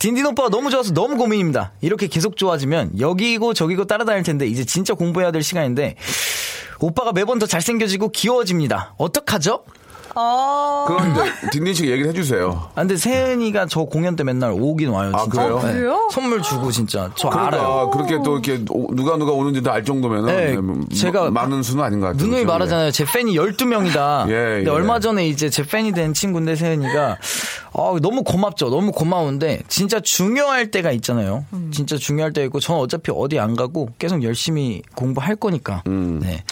[SPEAKER 6] 딘딘 오빠가 너무 좋아서 너무 고민입니다. 이렇게 계속 좋아지면 여기고 저기고 따라다닐 텐데 이제 진짜 공부해야 될 시간인데 오빠가 매번 더 잘생겨지고 귀여워집니다. 어떡하죠?
[SPEAKER 7] 거. 아,
[SPEAKER 2] 그럼 이제 딘딘 씨가 얘기를 해주세요.
[SPEAKER 6] 아, 근데 세은이가 저 공연 때 맨날 오긴 와요.
[SPEAKER 2] 아,
[SPEAKER 6] 진짜. 네.
[SPEAKER 2] 그래요?
[SPEAKER 7] 그래요?
[SPEAKER 6] 선물 주고 진짜 저
[SPEAKER 2] 그러니까
[SPEAKER 6] 알아요.
[SPEAKER 2] 그렇게 또 이렇게 오- 누가 누가 오는지 다 알 정도면은
[SPEAKER 6] 네,
[SPEAKER 2] 음,
[SPEAKER 6] 제가
[SPEAKER 2] 많은 수는 아닌 것 같아요. 그렇죠?
[SPEAKER 6] 누누이
[SPEAKER 2] 그죠?
[SPEAKER 6] 말하잖아요. 제 팬이 12명이다.
[SPEAKER 2] 예,
[SPEAKER 6] 근데
[SPEAKER 2] 예.
[SPEAKER 6] 얼마 전에 이제 제 팬이 된 친구인데 세은이가 아, 너무 고맙죠. 너무 고마운데 진짜 중요할 때가 있잖아요. 진짜 중요할 때가 있고 저는 어차피 어디 안 가고 계속 열심히 공부할 거니까. 네.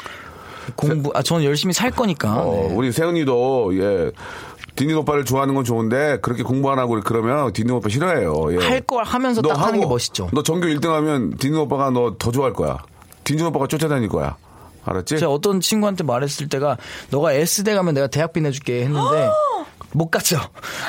[SPEAKER 6] 공부 아 저는 열심히 살 거니까.
[SPEAKER 2] 음. 어,
[SPEAKER 6] 네.
[SPEAKER 2] 우리 세은이도 예. 딘딘 오빠를 좋아하는 건 좋은데 그렇게 공부 안 하고 그러면 딘딘 오빠 싫어해요. 예.
[SPEAKER 6] 할걸 하면서 딱 하는 게 멋있죠.
[SPEAKER 2] 너 전교 1등 하면 딘딘 오빠가 너 더 좋아할 거야. 딘딘 오빠가 쫓아다닐 거야. 알았지?
[SPEAKER 6] 제가 어떤 친구한테 말했을 때가 너가 S대 가면 내가 대학비 내줄게 했는데 못 갔죠.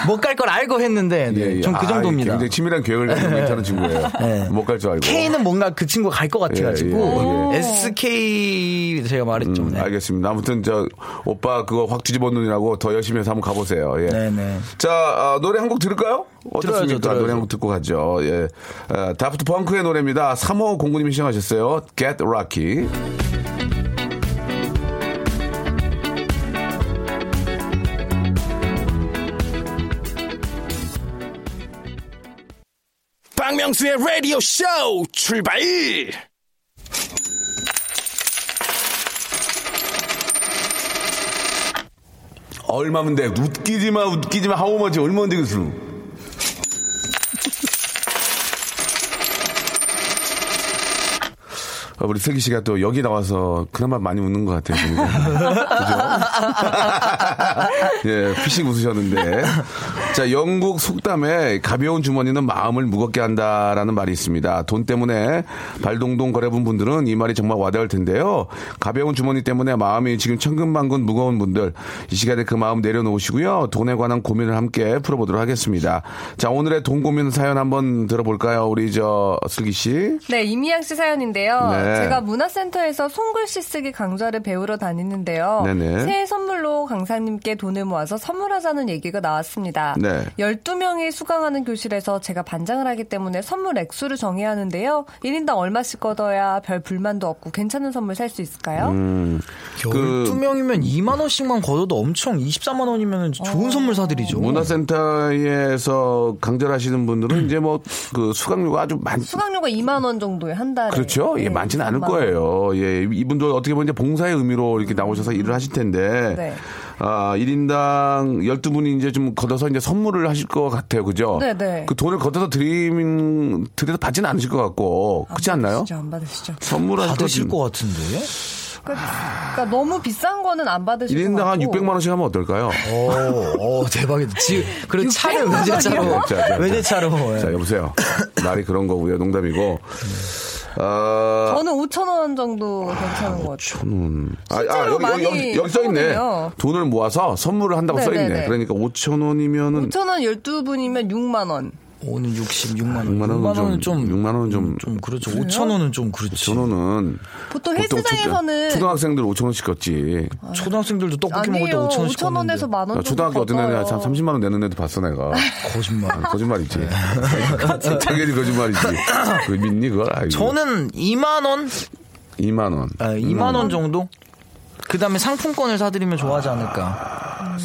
[SPEAKER 6] 못 갈 걸 알고 했는데 네,
[SPEAKER 2] 예, 예.
[SPEAKER 6] 전그
[SPEAKER 2] 아,
[SPEAKER 6] 정도입니다.
[SPEAKER 2] 굉장히 치밀한 계획을 가지고 괜찮은 친구예요.
[SPEAKER 6] 예.
[SPEAKER 2] 못 갈 줄 알고.
[SPEAKER 6] K는 뭔가 그 친구가 갈 것 같아가지고
[SPEAKER 2] 예,
[SPEAKER 6] SK 제가 말했죠.
[SPEAKER 2] 음,
[SPEAKER 6] 네.
[SPEAKER 2] 알겠습니다. 아무튼 저 오빠 그거 확 뒤집어 놓으라고 더 열심히 해서 한번 가보세요. 예.
[SPEAKER 6] 네네.
[SPEAKER 2] 자 아, 노래 한 곡 들을까요?
[SPEAKER 6] 들어야죠,
[SPEAKER 2] 어떻습니까?
[SPEAKER 6] 들어야죠.
[SPEAKER 2] 노래 한 곡 듣고 가죠. 예. 아, 다프트 펑크의 노래입니다. 3호 공구님이 신청하셨어요. Get Rocky.
[SPEAKER 1] 박명수의 라디오 쇼 출발!
[SPEAKER 2] 얼마면 돼? 웃기지 마, 웃기지 마. 하우 머지 얼마면 되겠어? 아, 우리 슬기 씨가 또 여기 나와서 그나마 많이 웃는 것 같아요. 보니까. 그죠? 예, 피식 웃으셨는데. 자, 영국 속담에 가벼운 주머니는 마음을 무겁게 한다라는 말이 있습니다. 돈 때문에 발동동 거래분 분들은 이 말이 정말 와닿을 텐데요. 가벼운 주머니 때문에 마음이 지금 천근만근 무거운 분들 이 시간에 그 마음 내려놓으시고요. 돈에 관한 고민을 함께 풀어보도록 하겠습니다. 자, 오늘의 돈 고민 사연 한번 들어볼까요? 우리 저 슬기 씨.
[SPEAKER 7] 네, 이미양 씨 사연인데요.
[SPEAKER 2] 네.
[SPEAKER 7] 제가 문화센터에서 손글씨 쓰기 강좌를 배우러 다니는데요.
[SPEAKER 2] 네네.
[SPEAKER 7] 새해 선물로 강사님께 돈을 모아서 선물하자는 얘기가 나왔습니다.
[SPEAKER 2] 네.
[SPEAKER 7] 12명이 수강하는 교실에서 제가 반장을 하기 때문에 선물 액수를 정해야 하는데요. 1인당 얼마씩 걷어야 별 불만도 없고 괜찮은 선물 살 수 있을까요?
[SPEAKER 2] 음. 그-
[SPEAKER 6] 12명이면 2만원씩만 걷어도 엄청 24만원이면 좋은 선물 사드리죠.
[SPEAKER 2] 문화센터에서 강절하시는 분들은 이제 뭐 그 수강료가 아주 많
[SPEAKER 7] 수강료가 2만 원 정도에 한 달에.
[SPEAKER 2] 그렇죠.
[SPEAKER 7] 네,
[SPEAKER 2] 예, 많지는 않을
[SPEAKER 7] 3만 원.
[SPEAKER 2] 거예요. 예, 이분도 어떻게 보면 이제 봉사의 의미로 이렇게 나오셔서 일을 하실 텐데.
[SPEAKER 7] 네.
[SPEAKER 2] 아, 1인당 12분이 이제 좀 걷어서 이제 선물을 하실 것 같아요. 그죠?
[SPEAKER 7] 네, 네.
[SPEAKER 2] 그 돈을 걷어서 드림, 드려도 받지는 않으실 것 같고.
[SPEAKER 7] 아,
[SPEAKER 2] 그렇지 않나요?
[SPEAKER 7] 받으시죠, 안 받으시죠.
[SPEAKER 2] 선물을
[SPEAKER 6] 받으실 것 같은데?
[SPEAKER 7] 그러니까, 그러니까 너무 비싼 거는 안 받으실 것
[SPEAKER 2] 1인당 한
[SPEAKER 7] 같고.
[SPEAKER 2] 600만원씩 하면 어떨까요?
[SPEAKER 6] 오, 오 대박이다. 지금, 그리고 차를 외제차로.
[SPEAKER 2] 자, 자, 자.
[SPEAKER 7] 네.
[SPEAKER 6] 외제차로. 예.
[SPEAKER 2] 자, 여보세요. 말이 그런 거고요. 농담이고. 아,
[SPEAKER 7] 저는 5천 원 정도 괜찮은 것 같아요.
[SPEAKER 2] 아, 아
[SPEAKER 7] 실제로
[SPEAKER 2] 여기, 여기,
[SPEAKER 7] 많이
[SPEAKER 2] 여기, 여기 써있네.
[SPEAKER 7] 써보네요.
[SPEAKER 2] 돈을 모아서 선물을 한다고
[SPEAKER 7] 네,
[SPEAKER 2] 써있네.
[SPEAKER 7] 네, 네.
[SPEAKER 2] 그러니까 5천 원이면은
[SPEAKER 7] 5천 원 12분이면 6만 원.
[SPEAKER 6] 오늘 66만 원.
[SPEAKER 2] 6만 원은 좀- 6만 원은 좀-
[SPEAKER 6] 좀 그렇죠. 5천 원은 좀 그렇지.
[SPEAKER 2] 전원은
[SPEAKER 7] 보통
[SPEAKER 2] 초등-
[SPEAKER 7] 헬스장에서는
[SPEAKER 2] 초등학생들 5천 원씩 걷지.
[SPEAKER 6] 초등학생들도 떡볶이 먹을 때
[SPEAKER 7] 아니에요.
[SPEAKER 6] 5천
[SPEAKER 7] 5천
[SPEAKER 6] 원씩
[SPEAKER 7] 원에서 만 원.
[SPEAKER 2] 나 초등학교 어떤 애는 한 30만 원 내는 애도 봤어 내가. 아,
[SPEAKER 6] 거짓말.
[SPEAKER 2] 거짓말이지.
[SPEAKER 6] 네.
[SPEAKER 2] 당연히 거짓말이지. 그 믿니 그걸? 아이고.
[SPEAKER 6] 저는 2만 원,
[SPEAKER 2] 2만 원.
[SPEAKER 6] 아, 2만
[SPEAKER 2] 음.
[SPEAKER 6] 원 정도. 그 다음에 상품권을 사드리면 좋아하지 않을까.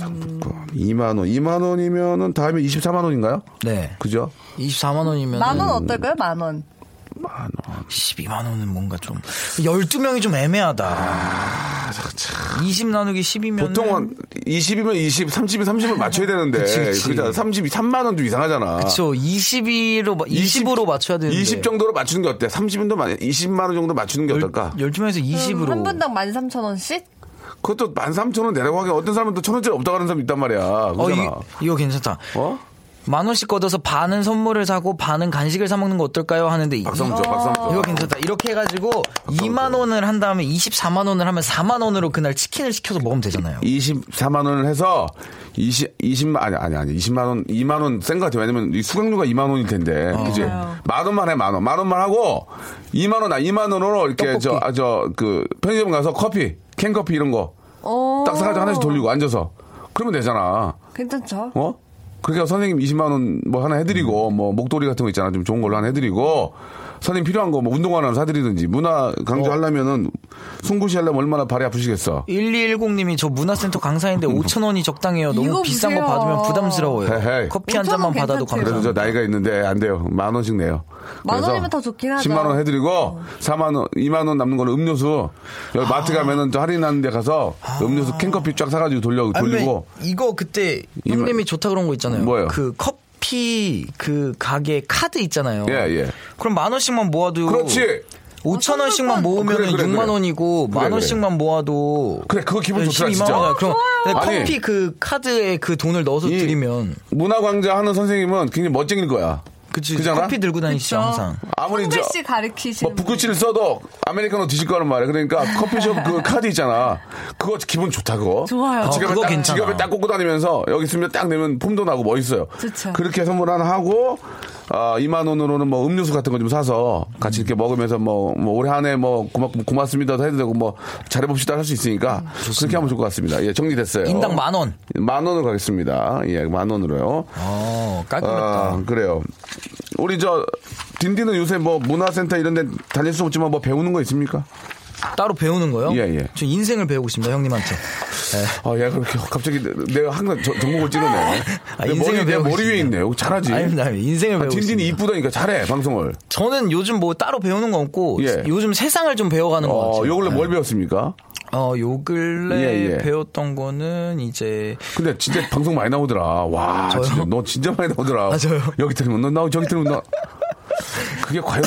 [SPEAKER 2] 2만 어, 원. 2만 원이면은 다음에 24만 원인가요?
[SPEAKER 6] 네.
[SPEAKER 2] 그죠?
[SPEAKER 6] 24만 원이면
[SPEAKER 7] 만원 어떨까요? 만 원.
[SPEAKER 6] 12만 원은 뭔가 좀 12명이 좀 애매하다. 20 나누기 10이면
[SPEAKER 2] 아, 보통 한 20이면 20, 30이면 30을 맞춰야 되는데.
[SPEAKER 6] 그치, 그치.
[SPEAKER 2] 그잖아. 30, 3만 원도 이상하잖아.
[SPEAKER 6] 그렇죠. 20으로 20으로 맞춰야 되는데
[SPEAKER 2] 20 정도로 맞추는 게 어때? 30인도 많이, 20만 원 정도 맞추는 게 어떨까?
[SPEAKER 6] 12명에서 20으로
[SPEAKER 7] 한 분당 13,000원씩?
[SPEAKER 2] 그것도 13,000원 내라고 하긴 어떤 사람은 또1 0원짜리 없다고 하는 사람 있단 말이야.
[SPEAKER 6] 어,
[SPEAKER 2] 그잖아.
[SPEAKER 6] 이, 이거 괜찮다.
[SPEAKER 2] 어?
[SPEAKER 6] 만 원씩 걷어서 반은 선물을 사고 반은 간식을 사 먹는 거 어떨까요? 하는데 이-
[SPEAKER 2] 박성조, 박성조.
[SPEAKER 6] 이거 괜찮다. 이렇게 해가지고 2만 원을 한 다음에 24만 원을 하면 4만 원으로 그날 치킨을 시켜서 먹으면 되잖아요.
[SPEAKER 2] 24만 원을 해서 20, 20만 아니 아니 아니 20만 원 2만 원 센 것 같아요. 왜냐면 이 수강료가 2만 원일 텐데. 그지? 만 원만 해, 만 원. 만 원만 하고 2만 원, 아 2만 원으로 이렇게 저 저 그 편의점 가서 커피, 캔커피 이런 거
[SPEAKER 7] 어.
[SPEAKER 2] 딱 사가지고 하나씩 돌리고 앉아서 그러면 되잖아.
[SPEAKER 7] 괜찮죠?
[SPEAKER 2] 어? 그러니까 선생님 20만 원 뭐 하나 해드리고 뭐 목도리 같은 거 있잖아 좀 좋은 걸로 하나 해드리고 선생님 필요한 거 뭐 운동화 하나 사드리든지 문화 강조 하려면은 송곳이 하려면 얼마나 발이 아프시겠어.
[SPEAKER 6] 1210님이 저 문화센터 강사인데 5천 원이 적당해요.
[SPEAKER 7] 이거
[SPEAKER 6] 너무 비싼 거
[SPEAKER 7] 보세요.
[SPEAKER 6] 받으면 부담스러워요.
[SPEAKER 2] 음. 헤헤이.
[SPEAKER 6] 커피 한
[SPEAKER 7] 5,000원
[SPEAKER 6] 잔만 받아도
[SPEAKER 7] 괜찮대요.
[SPEAKER 2] 그래서
[SPEAKER 6] 감사합니다.
[SPEAKER 2] 저 나이가 있는데 안 돼요 만 원씩 내요.
[SPEAKER 7] 만
[SPEAKER 2] 그래서
[SPEAKER 7] 원이면 더 좋긴 하죠. 어.
[SPEAKER 2] 10만 원 해드리고 4만 원, 2만 원 남는 거는 음료수
[SPEAKER 7] 아.
[SPEAKER 2] 여기 마트 가면은 저 할인하는 데 가서 음료수 캔커피 쫙 사가지고 돌려 돌리고
[SPEAKER 6] 아니면 이거 그때
[SPEAKER 2] 이만-
[SPEAKER 6] 형님이 좋다 그런 거 있잖아요.
[SPEAKER 2] 뭐예요?
[SPEAKER 6] 그 커피 그 가게 카드 있잖아요.
[SPEAKER 2] 예, 예.
[SPEAKER 6] 그럼 만 원씩만 모아도
[SPEAKER 2] 그렇지.
[SPEAKER 6] 5천
[SPEAKER 7] 아,
[SPEAKER 6] 원씩만 모으면
[SPEAKER 2] 그래, 그래,
[SPEAKER 6] 6만
[SPEAKER 2] 그래.
[SPEAKER 6] 원이고
[SPEAKER 2] 그래,
[SPEAKER 6] 만
[SPEAKER 2] 그래.
[SPEAKER 6] 원씩만 모아도
[SPEAKER 2] 그래, 그거 기분 좋더라,
[SPEAKER 6] 12만
[SPEAKER 2] 진짜.
[SPEAKER 6] 원이야. 그럼
[SPEAKER 2] 아니.
[SPEAKER 6] 커피 그 카드에 그 돈을 넣어서
[SPEAKER 2] 이
[SPEAKER 6] 드리면
[SPEAKER 2] 문화광자 하는 선생님은 굉장히 멋쟁일 거야.
[SPEAKER 6] 그치
[SPEAKER 2] 그잖아?
[SPEAKER 6] 커피 들고 다니시죠 항상.
[SPEAKER 2] 아무리 저
[SPEAKER 7] 한글씨
[SPEAKER 2] 뭐
[SPEAKER 7] 가르치시는
[SPEAKER 2] 북구치를 써도 아메리카노 드실 거란 말이야. 그러니까 커피숍 그 카드 있잖아. 그거 기분 좋다 그거.
[SPEAKER 7] 좋아요.
[SPEAKER 2] 지갑에
[SPEAKER 6] 어, 그거
[SPEAKER 2] 딱,
[SPEAKER 6] 괜찮아.
[SPEAKER 2] 지갑에 딱 꽂고 다니면서 여기 있으면 딱 내면 폼도 나고 멋있어요.
[SPEAKER 7] 좋죠.
[SPEAKER 2] 그렇게 선물 하나 하고 아 2만 원으로는 뭐 음료수 같은 거 좀 사서 같이 이렇게 먹으면서 뭐, 뭐 올해 한 해 뭐 고맙 고맙습니다도 해도 되고 뭐 잘해봅시다 할 수 있으니까 그렇게 하면 좋을 것 같습니다. 예 정리됐어요.
[SPEAKER 6] 아, 인당 만 원.
[SPEAKER 2] 만 원으로 가겠습니다. 예 만 원으로요.
[SPEAKER 6] 어 깔끔했다.
[SPEAKER 2] 아, 그래요. 우리 저 딘딘은 요새 뭐 문화센터 이런 데 다닐 수 없지만 뭐 배우는 거 있습니까?
[SPEAKER 6] 따로 배우는 거요?
[SPEAKER 2] 예, 예.
[SPEAKER 6] 저 인생을 배우고 있습니다, 형님한테.
[SPEAKER 2] 아, 야, 그렇게 갑자기 내가 항상 저- 종목을 찌르네.
[SPEAKER 6] 아,
[SPEAKER 2] 내 머리,
[SPEAKER 6] 인생을
[SPEAKER 2] 내
[SPEAKER 6] 배우고
[SPEAKER 2] 머리 위에
[SPEAKER 6] 있습니다.
[SPEAKER 2] 있네. 요 잘하지.
[SPEAKER 6] 아닙니다, 아닙니다. 인생을 배우고
[SPEAKER 2] 진진이
[SPEAKER 6] 있습니다.
[SPEAKER 2] 이쁘다니까 잘해, 방송을.
[SPEAKER 6] 저는 요즘 뭐 따로 배우는 거 없고
[SPEAKER 2] 예.
[SPEAKER 6] 요즘 세상을 좀 배워가는 것
[SPEAKER 2] 어,
[SPEAKER 6] 같아요.
[SPEAKER 2] 요 근래
[SPEAKER 6] 네.
[SPEAKER 2] 뭘 배웠습니까?
[SPEAKER 6] 어, 요 근래
[SPEAKER 2] 예, 예.
[SPEAKER 6] 배웠던 거는 이제
[SPEAKER 2] 근데 진짜 방송 많이 나오더라. 와,
[SPEAKER 6] 저요?
[SPEAKER 2] 진짜 너 진짜 많이 나오더라.
[SPEAKER 6] 아, 저요?
[SPEAKER 2] 여기 들으면 너, 나 저기 들으면 너. 그게 과연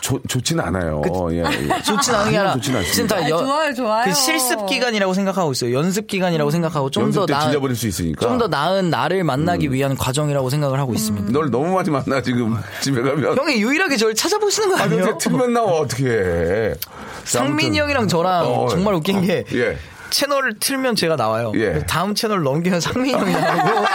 [SPEAKER 2] 좋, 좋진 않아요.
[SPEAKER 6] 그
[SPEAKER 2] 예, 예.
[SPEAKER 6] 좋진 않은 게 아니라
[SPEAKER 2] 좋진 않습니다.
[SPEAKER 6] 진짜
[SPEAKER 7] 아, 좋아요, 좋아요.
[SPEAKER 6] 그 실습 기간이라고 생각하고 있어요. 연습 기간이라고 생각하고 좀
[SPEAKER 2] 연습
[SPEAKER 6] 더
[SPEAKER 2] 때
[SPEAKER 6] 나은
[SPEAKER 2] 질려버릴 수 있으니까. 음.
[SPEAKER 6] 좀 더 나은 나를 만나기 위한 과정이라고 생각을 하고 있습니다.
[SPEAKER 2] 널 너무 많이 만나 지금 집에 가면.
[SPEAKER 6] 형이 유일하게 저를 찾아보시는 거
[SPEAKER 2] 아,
[SPEAKER 6] 아니에요?
[SPEAKER 2] 근데 틀면 나와 어떻게 해. 자, 아무튼.
[SPEAKER 6] 상민이 형이랑 저랑
[SPEAKER 2] 어,
[SPEAKER 6] 정말 웃긴 게
[SPEAKER 2] 예.
[SPEAKER 6] 채널을 틀면 제가 나와요.
[SPEAKER 2] 예.
[SPEAKER 6] 다음 채널 넘기면 상민이 형이 나오고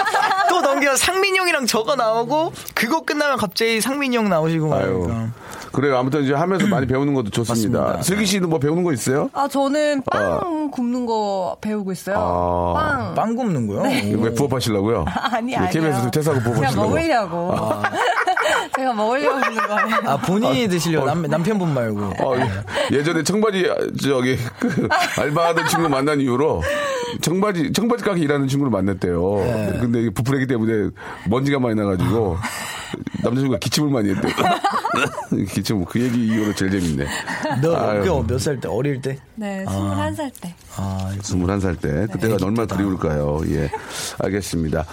[SPEAKER 6] 또 넘기면 상민이 형이랑 저가 나오고 그거 끝나면 갑자기 상민이 형 나오시고
[SPEAKER 2] 아유.
[SPEAKER 6] 말이니까.
[SPEAKER 2] 그래요. 아무튼 이제 하면서 많이 배우는 것도 좋습니다.
[SPEAKER 6] 그러니까. 맞습니다.
[SPEAKER 2] 슬기 씨는 뭐 배우는 거 있어요?
[SPEAKER 7] 아, 저는 빵 굽는 거 배우고 있어요.
[SPEAKER 2] 아.
[SPEAKER 7] 빵.
[SPEAKER 6] 빵 굽는 거요?
[SPEAKER 2] 왜 부업하시려고요?
[SPEAKER 7] 아니,
[SPEAKER 2] 왜
[SPEAKER 7] 아니요. 뭐
[SPEAKER 2] KBS에서 퇴사하고
[SPEAKER 7] 제가
[SPEAKER 2] 부업하시려고.
[SPEAKER 7] 먹으려고.
[SPEAKER 2] 아.
[SPEAKER 7] 제가 먹으려고 굽는 거예요.
[SPEAKER 6] 아 본인이 드시려고 남, 남편분 말고.
[SPEAKER 2] 어, 예- 예전에 청바지 아, 저기 그 알바하던 친구 만난 이후로 청바지 청바지 가게 일하는 친구를 만났대요.
[SPEAKER 6] 네.
[SPEAKER 2] 근데 이게 부풀했기 때문에 먼지가 많이 나가지고 남자친구가 기침을 많이 했대. 요 기침 그 얘기 이후로 제일 재밌네. 아유.
[SPEAKER 6] 너몇살 때 어릴 때?
[SPEAKER 7] 네, 21살 때.
[SPEAKER 6] 아
[SPEAKER 2] 21살 때 그때가 얼마나 그리울까요? 예, 알겠습니다.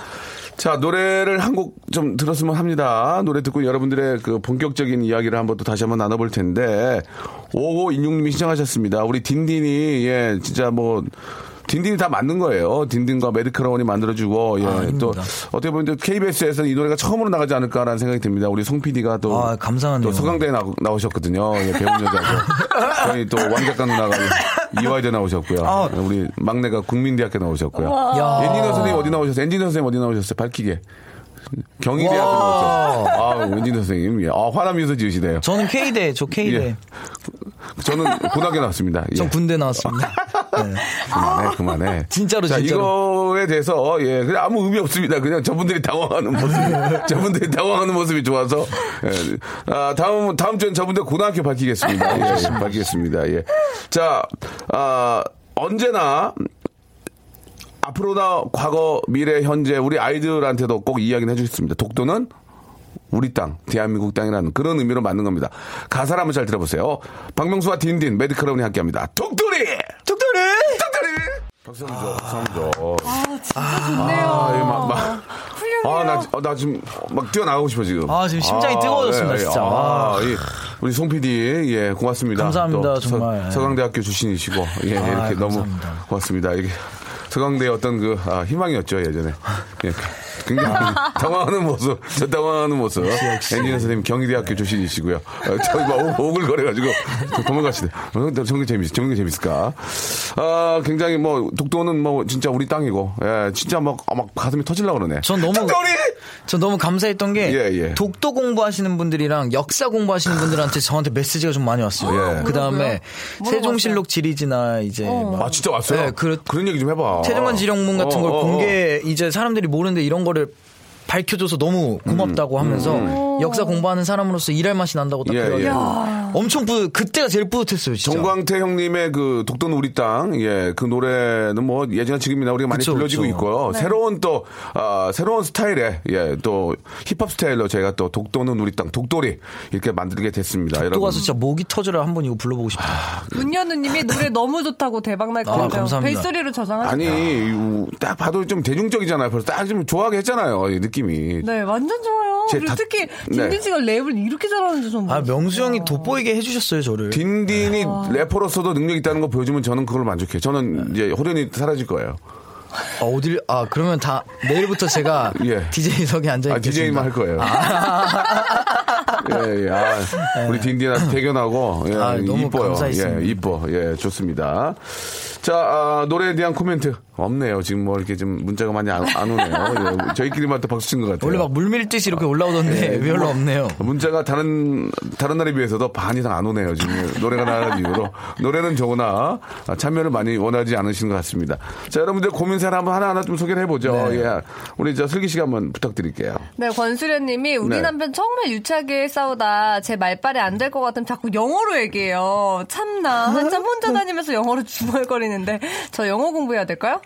[SPEAKER 2] 자 노래를 한 곡 좀 들었으면 합니다. 노래 듣고 여러분들의 그 본격적인 이야기를 한번 또 다시 한번 나눠볼 텐데 5516님이 신청하셨습니다. 우리 딘딘이 예 진짜 뭐 딘딘이 다 만든 거예요. 딘딘과 메디크라운이 만들어주고 예, 또
[SPEAKER 6] 아닙니다.
[SPEAKER 2] 어떻게 보면 KBS에서는 이 노래가 처음으로 나가지 않을까라는 생각이 듭니다. 우리 송 PD가 또
[SPEAKER 6] 아, 감사하네요.
[SPEAKER 2] 또 서강대에 나, 나오셨거든요. 예, 배운 여자고. 저희 또 왕작가 누나가 이화여대 나오셨고요.
[SPEAKER 6] 아.
[SPEAKER 2] 우리 막내가 국민대학교 나오셨고요.
[SPEAKER 6] 야.
[SPEAKER 2] 엔지니어 선생님 어디 나오셨어요? 엔지니어 선생님 어디 나오셨어요? 밝히게. 경희대학교 나오셨어요. 아, 엔지니어 선생님. 예. 아, 화남 유서 지으시네요.
[SPEAKER 6] 저는 K대 저 K대.
[SPEAKER 2] 예. 저는 고등학교 나왔습니다. 예.
[SPEAKER 6] 전 군대 나왔습니다.
[SPEAKER 2] 그만해, 그만해.
[SPEAKER 6] 아. 진짜로,
[SPEAKER 2] 자,
[SPEAKER 6] 진짜로.
[SPEAKER 2] 이거에 대해서, 예, 그냥 아무 의미 없습니다. 그냥 저분들이 당황하는 모습, 저분들이 당황하는 모습이 좋아서, 예. 아, 다음, 다음 주엔 저분들 고등학교 밝히겠습니다. 예, 예, 밝히겠습니다. 예. 자, 아, 언제나, 앞으로나 과거, 미래, 현재, 우리 아이들한테도 꼭 이야기는 해주겠습니다. 독도는 우리 땅, 대한민국 땅이라는 그런 의미로 만든 겁니다. 가사를 한번 잘 들어보세요. 박명수와 딘딘, 메디크라운이 함께 합니다. 독도리! 독도리! 독도리! 박수 한번 줘, 박수 한번 줘.
[SPEAKER 7] 아, 진짜 좋네요.
[SPEAKER 2] 아, 이거 막, 막.
[SPEAKER 7] 훌륭해요.
[SPEAKER 2] 아, 나, 지- 어, 나 지금 막 뛰어나가고 싶어, 지금.
[SPEAKER 6] 아, 지금 심장이 뜨거워졌습니다,
[SPEAKER 2] 예, 예.
[SPEAKER 6] 진짜.
[SPEAKER 2] 아, 예. 우리 송 PD, 예, 고맙습니다.
[SPEAKER 6] 감사합니다,
[SPEAKER 2] 또
[SPEAKER 6] 정말.
[SPEAKER 2] 서, 강대학교 출신이시고, 예,
[SPEAKER 6] 아,
[SPEAKER 2] 이렇게 너무
[SPEAKER 6] 감사합니다.
[SPEAKER 2] 고맙습니다. 이게 서강대의 어떤 그, 아, 희망이었죠, 예전에. 예. 굉장히 당황하는 모습, 저 당황하는 모습. 엔지니어 선생님 경희대학교 출신이시고요. 어, 저희 막 오- 오글거려가지고 저 도망가시네. 어, 나 저런 게 재밌, 저런 게 재밌을까? 아, 굉장히 뭐, 독도는 뭐, 진짜 우리 땅이고, 예, 진짜 막, 아, 막 가슴이 터질라 그러네.
[SPEAKER 6] 전 너무 전 너무 감사했던 게
[SPEAKER 2] 예, 예.
[SPEAKER 6] 독도 공부하시는 분들이랑 역사 공부하시는 분들한테 저한테 메시지가 좀 많이 왔어요.
[SPEAKER 2] 예.
[SPEAKER 6] 그 다음에 세종실록 지리지나 이제 막
[SPEAKER 2] 아 진짜 왔어요?
[SPEAKER 6] 네,
[SPEAKER 2] 그,
[SPEAKER 6] 그-
[SPEAKER 2] 런 얘기 좀 해봐.
[SPEAKER 6] 태종관 지령문 같은 걸
[SPEAKER 2] 어, 어, 어.
[SPEAKER 6] 공개 이제 사람들이 모르는데 이런 거를 밝혀줘서 너무 고맙다고 하면서 역사 공부하는 사람으로서 일할 맛이 난다고 딱
[SPEAKER 2] 음, 예,
[SPEAKER 6] 그래가지고
[SPEAKER 2] 예.
[SPEAKER 6] 엄청 뿌 그때가 제일 뿌듯했어요 진짜.
[SPEAKER 2] 정광태 형님의 그 독도는 우리 땅, 예, 그 노래는 뭐 예전이나 지금이나 우리가 많이
[SPEAKER 6] 그쵸,
[SPEAKER 2] 불려지고
[SPEAKER 6] 그쵸.
[SPEAKER 2] 있고요. 새로운 또, 아, 새로운 스타일의, 예, 또 힙합 스타일로 저희가 또 독도는 우리 땅, 독도리 이렇게 만들게 됐습니다.
[SPEAKER 6] 또
[SPEAKER 2] 여러분.
[SPEAKER 6] 가서 진짜 목이 터져라 한번 이거 불러보고 싶다.
[SPEAKER 7] 문현우님이 노래 너무 좋다고 대박 날 건데요.
[SPEAKER 6] 아, 감사합니다.
[SPEAKER 7] 벨소리로 저장하셨어요.
[SPEAKER 2] 아니, 우, 딱 봐도 좀 대중적이잖아요. 벌써 딱 좀 좋아하게 했잖아요. 이 느낌이.
[SPEAKER 7] 네, 완전 좋아요.
[SPEAKER 2] 제
[SPEAKER 7] 그리고
[SPEAKER 2] 다-
[SPEAKER 7] 특히
[SPEAKER 2] 네.
[SPEAKER 7] 김진 씨가 랩을 이렇게 잘하는지 좀.
[SPEAKER 6] 아
[SPEAKER 7] 몰랐어요.
[SPEAKER 6] 명수 형이 돋보이게 해주셨어요 저를.
[SPEAKER 2] 딘딘이 래퍼로서도 능력 있다는 거 보여주면 저는 그걸 만족해요.
[SPEAKER 6] 네.
[SPEAKER 2] 저는 이제 호련이 사라질 거예요.
[SPEAKER 6] 아, 어딜 아 그러면 다 내일부터 제가
[SPEAKER 2] 예.
[SPEAKER 6] DJ석에 앉아
[SPEAKER 2] 아,
[SPEAKER 6] 있겠습니다.
[SPEAKER 2] DJ만
[SPEAKER 6] 아.
[SPEAKER 2] 할 거예요. 예, 예. 아, 우리 딘딘한테 대견하고, 예,
[SPEAKER 6] 아, 너무
[SPEAKER 2] 이뻐요.
[SPEAKER 6] 감사했습니다.
[SPEAKER 2] 예, 이뻐. 예, 좋습니다. 자, 아, 노래에 대한 코멘트 없네요. 지금 뭐 이렇게 좀 문자가 많이 안, 안 오네요. 예, 저희끼리만 또 박수 친 것 같아요.
[SPEAKER 6] 원래 막 물밀듯이 이렇게
[SPEAKER 2] 예,
[SPEAKER 6] 올라오던데
[SPEAKER 2] 뭐.
[SPEAKER 6] 별로 없네요.
[SPEAKER 2] 문자가 다른 다른 날에 비해서도 반 이상 안 오네요 지금 노래가 나는 이유로 노래는 적으나 아, 참여를 많이 원하지 않으신 것 같습니다. 자 여러분들 고민 사연 한번 하나 하나 좀 소개를 해보죠.
[SPEAKER 6] 네.
[SPEAKER 2] 예, 우리 저 슬기 씨가 한번 부탁드릴게요.
[SPEAKER 7] 네, 권수련님이 우리
[SPEAKER 2] 네.
[SPEAKER 7] 남편 정말 유치하게 싸우다 제 말빨이 안 될 것 같으면 자꾸 영어로 얘기해요. 참나 한참 혼자 다니면서 영어로 중얼거리는데 저 영어 공부해야 될까요?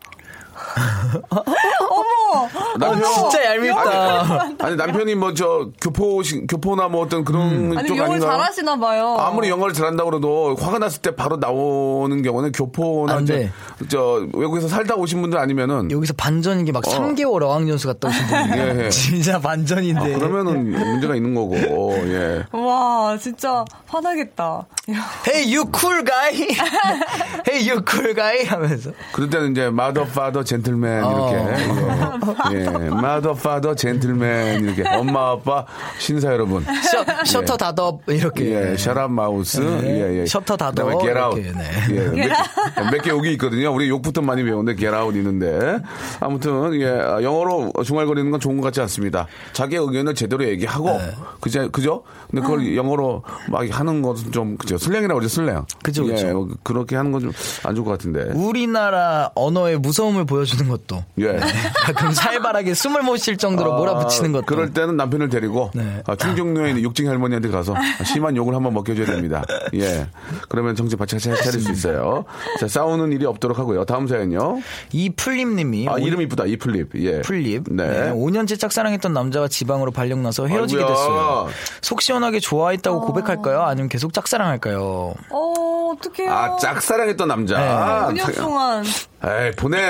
[SPEAKER 7] 어머,
[SPEAKER 2] 나
[SPEAKER 6] 진짜 얄밉다.
[SPEAKER 2] 아, 아니 남편이 뭐 저 교포 시- 교포나 뭐 어떤 그런
[SPEAKER 6] 음.
[SPEAKER 7] 아니
[SPEAKER 2] 쪽
[SPEAKER 7] 영어 를
[SPEAKER 2] 아닌가?
[SPEAKER 7] 잘하시나 봐요.
[SPEAKER 2] 아무리 영어를 잘한다 그래도 화가 났을 때 바로 나오는 경우는 교포나
[SPEAKER 6] 안
[SPEAKER 2] 이제
[SPEAKER 6] 돼.
[SPEAKER 2] 저 외국에서 살다 오신 분들 아니면은
[SPEAKER 6] 여기서 반전인 게 막 3개월 어학연수 갔다 오신 분이에요.
[SPEAKER 2] 어. 예, 예.
[SPEAKER 6] 진짜 반전인데.
[SPEAKER 2] 아, 그러면은 문제가 있는 거고 예.
[SPEAKER 7] 와, 진짜 화나겠다.
[SPEAKER 6] Hey you cool guy. hey you cool guy 하면서.
[SPEAKER 2] 그럴 때는 이제 마더 파더 젠틀맨
[SPEAKER 6] 어.
[SPEAKER 2] 이렇게 예. 마더 파더 젠틀맨 이렇게 엄마 아빠 신사 여러분
[SPEAKER 6] 셔, 셔터 닫업 이렇게.
[SPEAKER 2] 예, 샤랍 마우스 예, 예.
[SPEAKER 6] 네. 셔터 닫어.
[SPEAKER 2] 그다음에 겟아웃
[SPEAKER 6] 이렇게, 네.
[SPEAKER 2] 몇개 욕이 있거든요 우리 욕부터 많이 배우는데 겟아웃 있는데 아무튼 예 아, 영어로 중얼거리는 건 좋은 것 같지 않습니다 자기 의견을 제대로 얘기하고
[SPEAKER 6] 네.
[SPEAKER 2] 그죠 그죠 근데 그걸
[SPEAKER 6] 음.
[SPEAKER 2] 영어로 막 하는 것은 좀 그죠 슬랭이라고 그러죠 슬랭
[SPEAKER 6] 그죠, 그죠.
[SPEAKER 2] 예, 어, 그렇게 하는 건 좀 안 좋을 것 같은데
[SPEAKER 6] 우리나라 언어의 무서움을 보여주는 것도
[SPEAKER 2] 예.
[SPEAKER 6] 가끔 살벌하게 숨을 못 쉴 정도로 몰아붙이는 것도
[SPEAKER 2] 그럴 때는 남편을 데리고
[SPEAKER 6] 네.
[SPEAKER 2] 아, 충격로에 있는 육쟁이 할머니한테 가서 심한 욕을 한번 먹여줘야 됩니다. 예. 그러면 정신 바짝 차- 차릴 수 있어요. 자, 싸우는 일이 없도록 하고요. 다음 사연요.
[SPEAKER 6] 이플립님이
[SPEAKER 2] 아,
[SPEAKER 6] 오-
[SPEAKER 2] 이름 이쁘다. 이플립. 예.
[SPEAKER 6] 플립.
[SPEAKER 2] 네.
[SPEAKER 6] 네. 5년째 짝사랑했던 남자가 지방으로 발령나서 헤어지게
[SPEAKER 2] 아이고야.
[SPEAKER 6] 됐어요. 속 시원하게 좋아했다고 고백할까요? 아니면 계속 짝사랑할까요?
[SPEAKER 7] 어, 어떡해요.
[SPEAKER 2] 아, 짝사랑했던 남자.
[SPEAKER 6] 네.
[SPEAKER 2] 아,
[SPEAKER 7] 5년
[SPEAKER 2] 자-
[SPEAKER 7] 동안.
[SPEAKER 2] 에이, 보내.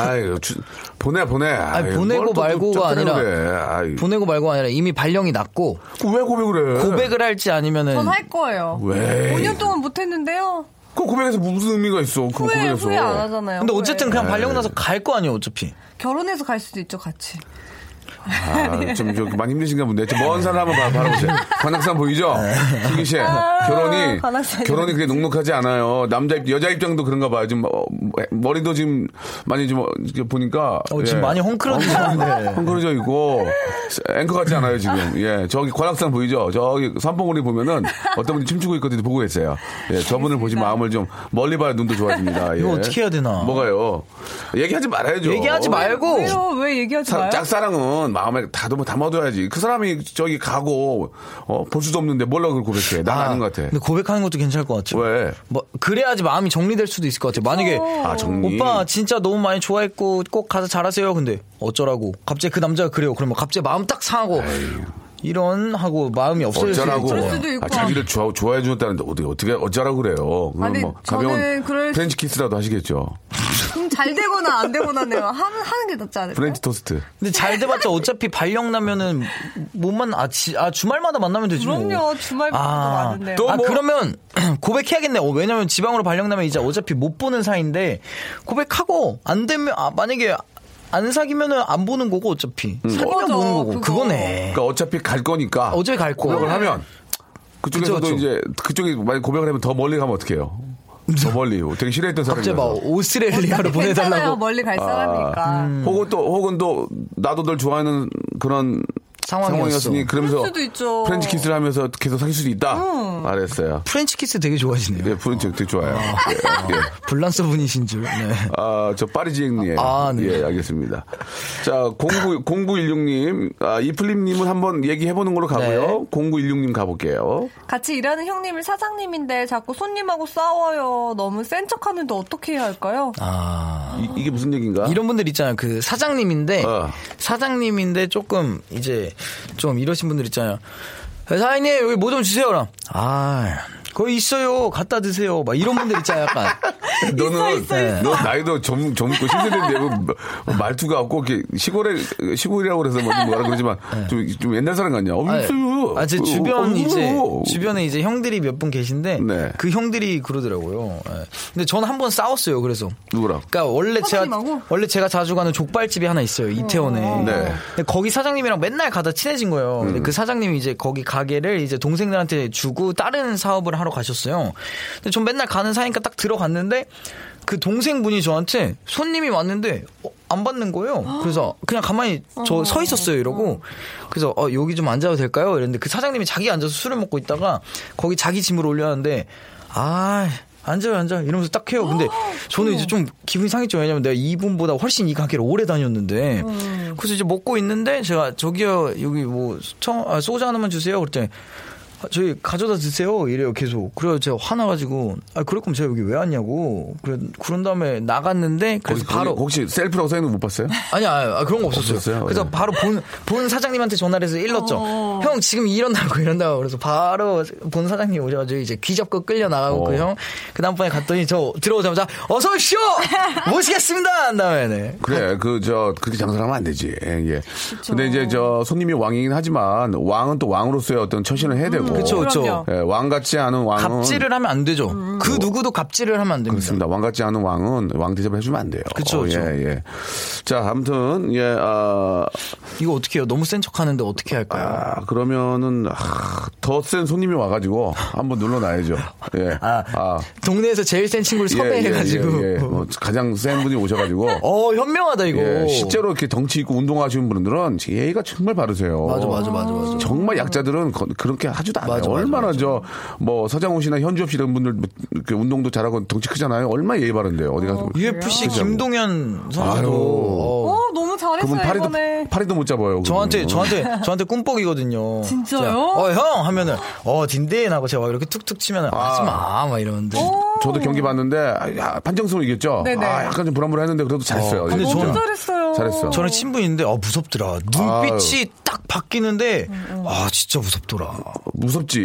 [SPEAKER 2] 아유, 주- 보내, 보내. 아유,
[SPEAKER 6] 보내고
[SPEAKER 2] 뭘또
[SPEAKER 6] 말고가
[SPEAKER 2] 짝사랑을
[SPEAKER 6] 아니라
[SPEAKER 2] 해. 아유,
[SPEAKER 6] 보내고 말고 아니라 이미 발령이 났고
[SPEAKER 2] 왜 고백을 해?
[SPEAKER 6] 고백을 할지 아니면은
[SPEAKER 7] 전 할 거예요.
[SPEAKER 2] 왜?
[SPEAKER 7] 5년 동안 못했는데요.
[SPEAKER 2] 그 고백에서 무슨 의미가 있어? 그
[SPEAKER 7] 후회,
[SPEAKER 2] 고백에서.
[SPEAKER 7] 후회 안 하잖아요.
[SPEAKER 6] 근데 어쨌든
[SPEAKER 7] 후회.
[SPEAKER 2] 네.
[SPEAKER 6] 그냥 발령나서 갈 거 아니에요 어차피.
[SPEAKER 7] 결혼해서 갈 수도 있죠, 같이.
[SPEAKER 2] 아, 좀, 좀 많이 힘드신가 본데. 저 먼 사람 한번 봐- 바라보세요. 관악산 보이죠?
[SPEAKER 6] 네.
[SPEAKER 2] 슬기 씨. 결혼이,
[SPEAKER 7] 아, 관악산이
[SPEAKER 2] 결혼이 그게 넉넉하지 않아요. 남자, 입, 여자 입장도 그런가 봐요. 지금, 어, 머리도 지금 많이 좀, 어, 이렇게 보니까. 예.
[SPEAKER 6] 어, 지금 많이 헝클어지는데.
[SPEAKER 2] 헝클어져 있고. 앵커 같지 않아요, 지금. 예. 저기 관악산 보이죠? 저기 산봉우리 보면은 어떤 분이 춤추고 있거든요. 보고 계세요. 예. 저분을 보시 마음을 좀 멀리 봐야 눈도 좋아집니다. 예.
[SPEAKER 6] 이거 어떻게 해야 되나?
[SPEAKER 2] 뭐가요? 얘기하지 말아야죠. 어, 네.
[SPEAKER 6] 얘기하지 말고
[SPEAKER 7] 왜요? 왜 얘기하지
[SPEAKER 2] 사-
[SPEAKER 7] 마요?
[SPEAKER 2] 짝사랑은 마음에 다 담아- 담아둬야지. 그 사람이 저기 가고 어, 볼 수도 없는데 뭘로 그걸 고백해? 난 아, 닌것 같아.
[SPEAKER 6] 근데 고백하는 것도 괜찮을 것 같죠.
[SPEAKER 2] 왜?
[SPEAKER 6] 뭐 그래야지 마음이 정리될 수도 있을 것 같아요. 만약에
[SPEAKER 2] 아, 정리.
[SPEAKER 6] 오빠 진짜 너무 많이 좋아했고 꼭 가서 잘하세요. 근데 어쩌라고? 갑자기 그 남자가 그래요. 그러면 갑자기 마음 딱 상하고 이런 하고 마음이 없어질 수도
[SPEAKER 2] 어쩌라고?
[SPEAKER 7] 그럴
[SPEAKER 6] 있잖아요.
[SPEAKER 7] 수도 있고.
[SPEAKER 2] 아, 자기를 좋아, 좋아해 주었다는데 어디 어떻게 어쩌라고 그래요? 그럼
[SPEAKER 7] 아니,
[SPEAKER 2] 뭐
[SPEAKER 7] 저는
[SPEAKER 2] 가벼운
[SPEAKER 7] 그럴 수-
[SPEAKER 2] 프렌치 키스라도 하시겠죠.
[SPEAKER 7] 그럼 잘 되거나 안 되거나는 하는, 하는 게 낫지 않을까요?
[SPEAKER 2] 프렌치 토스트.
[SPEAKER 6] 근데 잘 돼봤자 어차피 발령 나면은 못만 아, 지- 아, 주말마다 만나면 되지 뭐.
[SPEAKER 7] 그럼요. 주말부터
[SPEAKER 6] 아,
[SPEAKER 7] 많은데.
[SPEAKER 6] 아,
[SPEAKER 2] 뭐-
[SPEAKER 6] 그러면 고백해야겠네. 어, 왜냐면 지방으로 발령 나면 이제 어차피 못 보는 사이인데 고백하고 안 되면 아, 만약에 안 사귀면은 안 보는 거고 어차피
[SPEAKER 2] 음.
[SPEAKER 6] 사귀면
[SPEAKER 7] 맞아,
[SPEAKER 6] 보는 거고
[SPEAKER 7] 그거.
[SPEAKER 6] 그거. 네
[SPEAKER 2] 그러니까 어차피 갈 거니까.
[SPEAKER 6] 아, 어차피 갈 거.
[SPEAKER 2] 고백을 하면 그쪽에서도
[SPEAKER 6] 그쵸, 그쵸.
[SPEAKER 2] 이제 그쪽이 만약 고백을 하면 더 멀리 가면 어떡해요? 더 멀리. 되게 싫어했던 사람이.
[SPEAKER 6] 갑자기 막 오스트레일리아로
[SPEAKER 7] 괜찮아요.
[SPEAKER 6] 보내달라고 음.
[SPEAKER 7] 멀리 갈 사람이니까.
[SPEAKER 2] 혹은 또 혹은 또 나도 널 좋아하는 그런
[SPEAKER 6] 상황이었어.
[SPEAKER 2] 상황이었으니 그러면서
[SPEAKER 7] 그럴 수도 있죠. 음.
[SPEAKER 2] 프렌치 키스를 하면서 계속 사귈 수도 있다. 알았어요.
[SPEAKER 6] 프렌치 키스 되게 좋아하시네요.
[SPEAKER 2] 예, 프렌치 되게 좋아요. 예, 예.
[SPEAKER 6] 불란서 분이신 줄. 네.
[SPEAKER 2] 아, 저 파리지앵님.
[SPEAKER 6] 아, 네.
[SPEAKER 2] 예, 알겠습니다. 자, 09, 0916님, 아, 이플림님은 한번 얘기해보는 걸로
[SPEAKER 6] 네.
[SPEAKER 2] 가고요. 0916님 가볼게요.
[SPEAKER 7] 같이 일하는 형님을 사장님인데 자꾸 손님하고 싸워요. 너무 센 척하는데 어떻게 해야 할까요?
[SPEAKER 2] 이, 게 무슨 얘기인가?
[SPEAKER 6] 이런 분들 있잖아요. 그 사장님인데
[SPEAKER 2] 어.
[SPEAKER 6] 사장님인데 조금 이제 좀 이러신 분들 있잖아요. 사장님 여기 뭐 좀 주세요. 그럼 아 거기 있어요. 갖다 드세요. 막 이런 분들 있잖아요. 약간
[SPEAKER 2] 너는
[SPEAKER 6] 있어, 있어.
[SPEAKER 2] 너 나이도 젊 젊고 힘들는데 뭐 말투가 없고 이렇게 시골에 시골이라고 그래서 뭐 뭐라 그러지만 좀, 좀 옛날 사람 같냐? 어, 있어요.
[SPEAKER 6] 네. 아제
[SPEAKER 2] 어,
[SPEAKER 6] 주변
[SPEAKER 2] 어,
[SPEAKER 6] 이제
[SPEAKER 2] 있어요.
[SPEAKER 6] 주변에 이제 형들이 몇 분 계신데
[SPEAKER 2] 네.
[SPEAKER 6] 그 형들이 그러더라고요. 예. 근데 저는 한 번 싸웠어요. 그래서
[SPEAKER 2] 누구랑?
[SPEAKER 6] 그러니까 원래 제가
[SPEAKER 7] 사장님하고?
[SPEAKER 6] 원래 제가 자주 가는 족발집이 하나 있어요 이태원에.
[SPEAKER 2] 네.
[SPEAKER 6] 근데 거기 사장님이랑 맨날 가다 친해진 거예요. 근데 그 사장님이 이제 거기 가게를 이제 동생들한테 주고 다른 사업을 하러 가셨어요. 근데 전 맨날 가는 사이니까 딱 들어갔는데 그 동생분이 저한테 손님이 왔는데 어, 안 받는 거예요. 그래서 그냥 가만히 저 서 있었어요 이러고 그래서 어, 여기 좀 앉아도 될까요? 이랬는데 그 사장님이 자기 앉아서 술을 먹고 있다가 거기 자기 짐을 올려놨는데 아 앉아요 앉아 이러면서 딱 해요. 근데 저는 이제 좀 기분이 상했죠. 왜냐면 내가 이분보다 훨씬 이 가게를 오래 다녔는데 그래서 이제 먹고 있는데 제가 저기요 여기 뭐 청, 아, 소주 하나만 주세요. 그랬더니 아, 저희 가져다 주세요 이래요 계속 그래서 제가 화나가지고 아 그럴 거면 제가 여기 왜 왔냐고 그래, 그런 다음에 나갔는데 그래서
[SPEAKER 2] 거기-
[SPEAKER 6] 바로
[SPEAKER 2] 거기 혹시 셀프라고 써있는 거 못 봤어요?
[SPEAKER 6] 아니, 아 그런 거 없었어요.
[SPEAKER 2] 없었어요?
[SPEAKER 6] 그래서
[SPEAKER 2] 예.
[SPEAKER 6] 바로 본, 본 사장님한테 전화를 해서 일렀죠. 형, 지금 이런다고, 이런다고. 그래서 바로 본 사장님 오셔가지고 이제 귀잡고 끌려나가고 그
[SPEAKER 2] 어.
[SPEAKER 6] 형, 그 다음번에 갔더니 저 들어오자마자 어서오시오! 모시겠습니다! 한 다음에, 네.
[SPEAKER 2] 그래, 그, 저, 그렇게 장사를 하면 안 되지. 예, 예. 근데 이제 저 손님이 왕이긴 하지만 왕은 또 왕으로서의 어떤 처신을 해야 되고.
[SPEAKER 6] 음, 그쵸, 그쵸.
[SPEAKER 7] 그럼요.
[SPEAKER 2] 예, 왕 같지 않은 왕은.
[SPEAKER 6] 갑질을 하면 안 되죠. 그 누구도 갑질을 하면 안 됩니다.
[SPEAKER 2] 그렇습니다. 왕 같지 않은 왕은 왕 대접을 해주면 안 돼요. 어,
[SPEAKER 6] 그쵸,
[SPEAKER 2] 예,
[SPEAKER 6] 그쵸.
[SPEAKER 2] 예. 자, 아무튼, 예, 아,
[SPEAKER 6] 이거 어떻게 해요? 너무 센 척 하는데 어떻게 할까요?
[SPEAKER 2] 아, 그러면은, 아, 더센 손님이 와가지고 한번 눌러놔야죠. 예.
[SPEAKER 6] 아, 동네에서 제일 센 친구를
[SPEAKER 2] 예,
[SPEAKER 6] 섭외해가지고.
[SPEAKER 2] 예, 예, 예. 뭐 가장 센 분이 오셔가지고.
[SPEAKER 6] 어, 현명하다, 이거.
[SPEAKER 2] 예, 실제로 이렇게 덩치 있고 운동하시는 분들은 예의가 정말 바르세요.
[SPEAKER 6] 맞아, 맞아, 맞아, 맞아.
[SPEAKER 2] 정말 약자들은 거- 그렇게 하지도 않아요.
[SPEAKER 6] 맞아, 맞아,
[SPEAKER 2] 얼마나 저 뭐 서장훈 씨나 현주엽 씨 이런 분들 뭐 이렇게 운동도 잘하고 덩치 크잖아요. 얼마나 예의 바른데요. 어디 가서
[SPEAKER 6] UFC
[SPEAKER 2] 그죠?
[SPEAKER 6] 김동현
[SPEAKER 2] 아유.
[SPEAKER 6] 선수도 어,
[SPEAKER 7] 어, 너무
[SPEAKER 2] 그분
[SPEAKER 7] 잘했어요,
[SPEAKER 2] 파리도
[SPEAKER 7] 이번에.
[SPEAKER 2] 파리도 못 잡아요. 그분.
[SPEAKER 6] 저한테 저한테 저한테 꿈뻑이거든요.
[SPEAKER 7] 진짜요?
[SPEAKER 6] 제가, 어, 형 하면은 어, 딘데인 하고 제가 막 이렇게 툭툭 치면은
[SPEAKER 2] 아.
[SPEAKER 6] 하지 마. 막 이러는데.
[SPEAKER 7] 어.
[SPEAKER 2] 저도 경기 봤는데 아, 야, 판정승 이겼죠.
[SPEAKER 7] 네네.
[SPEAKER 2] 아, 약간 좀 불안불안했는데 그래도 잘했어요.
[SPEAKER 6] 어, 근데
[SPEAKER 2] 예,
[SPEAKER 6] 저는-
[SPEAKER 7] 너무
[SPEAKER 2] 진짜.
[SPEAKER 7] 잘했어요.
[SPEAKER 2] 잘했어.
[SPEAKER 6] 저는 친분인데 어 무섭더라. 눈빛이 딱 바뀌는데
[SPEAKER 7] 음,
[SPEAKER 6] 아, 진짜 무섭더라.
[SPEAKER 2] 무섭지.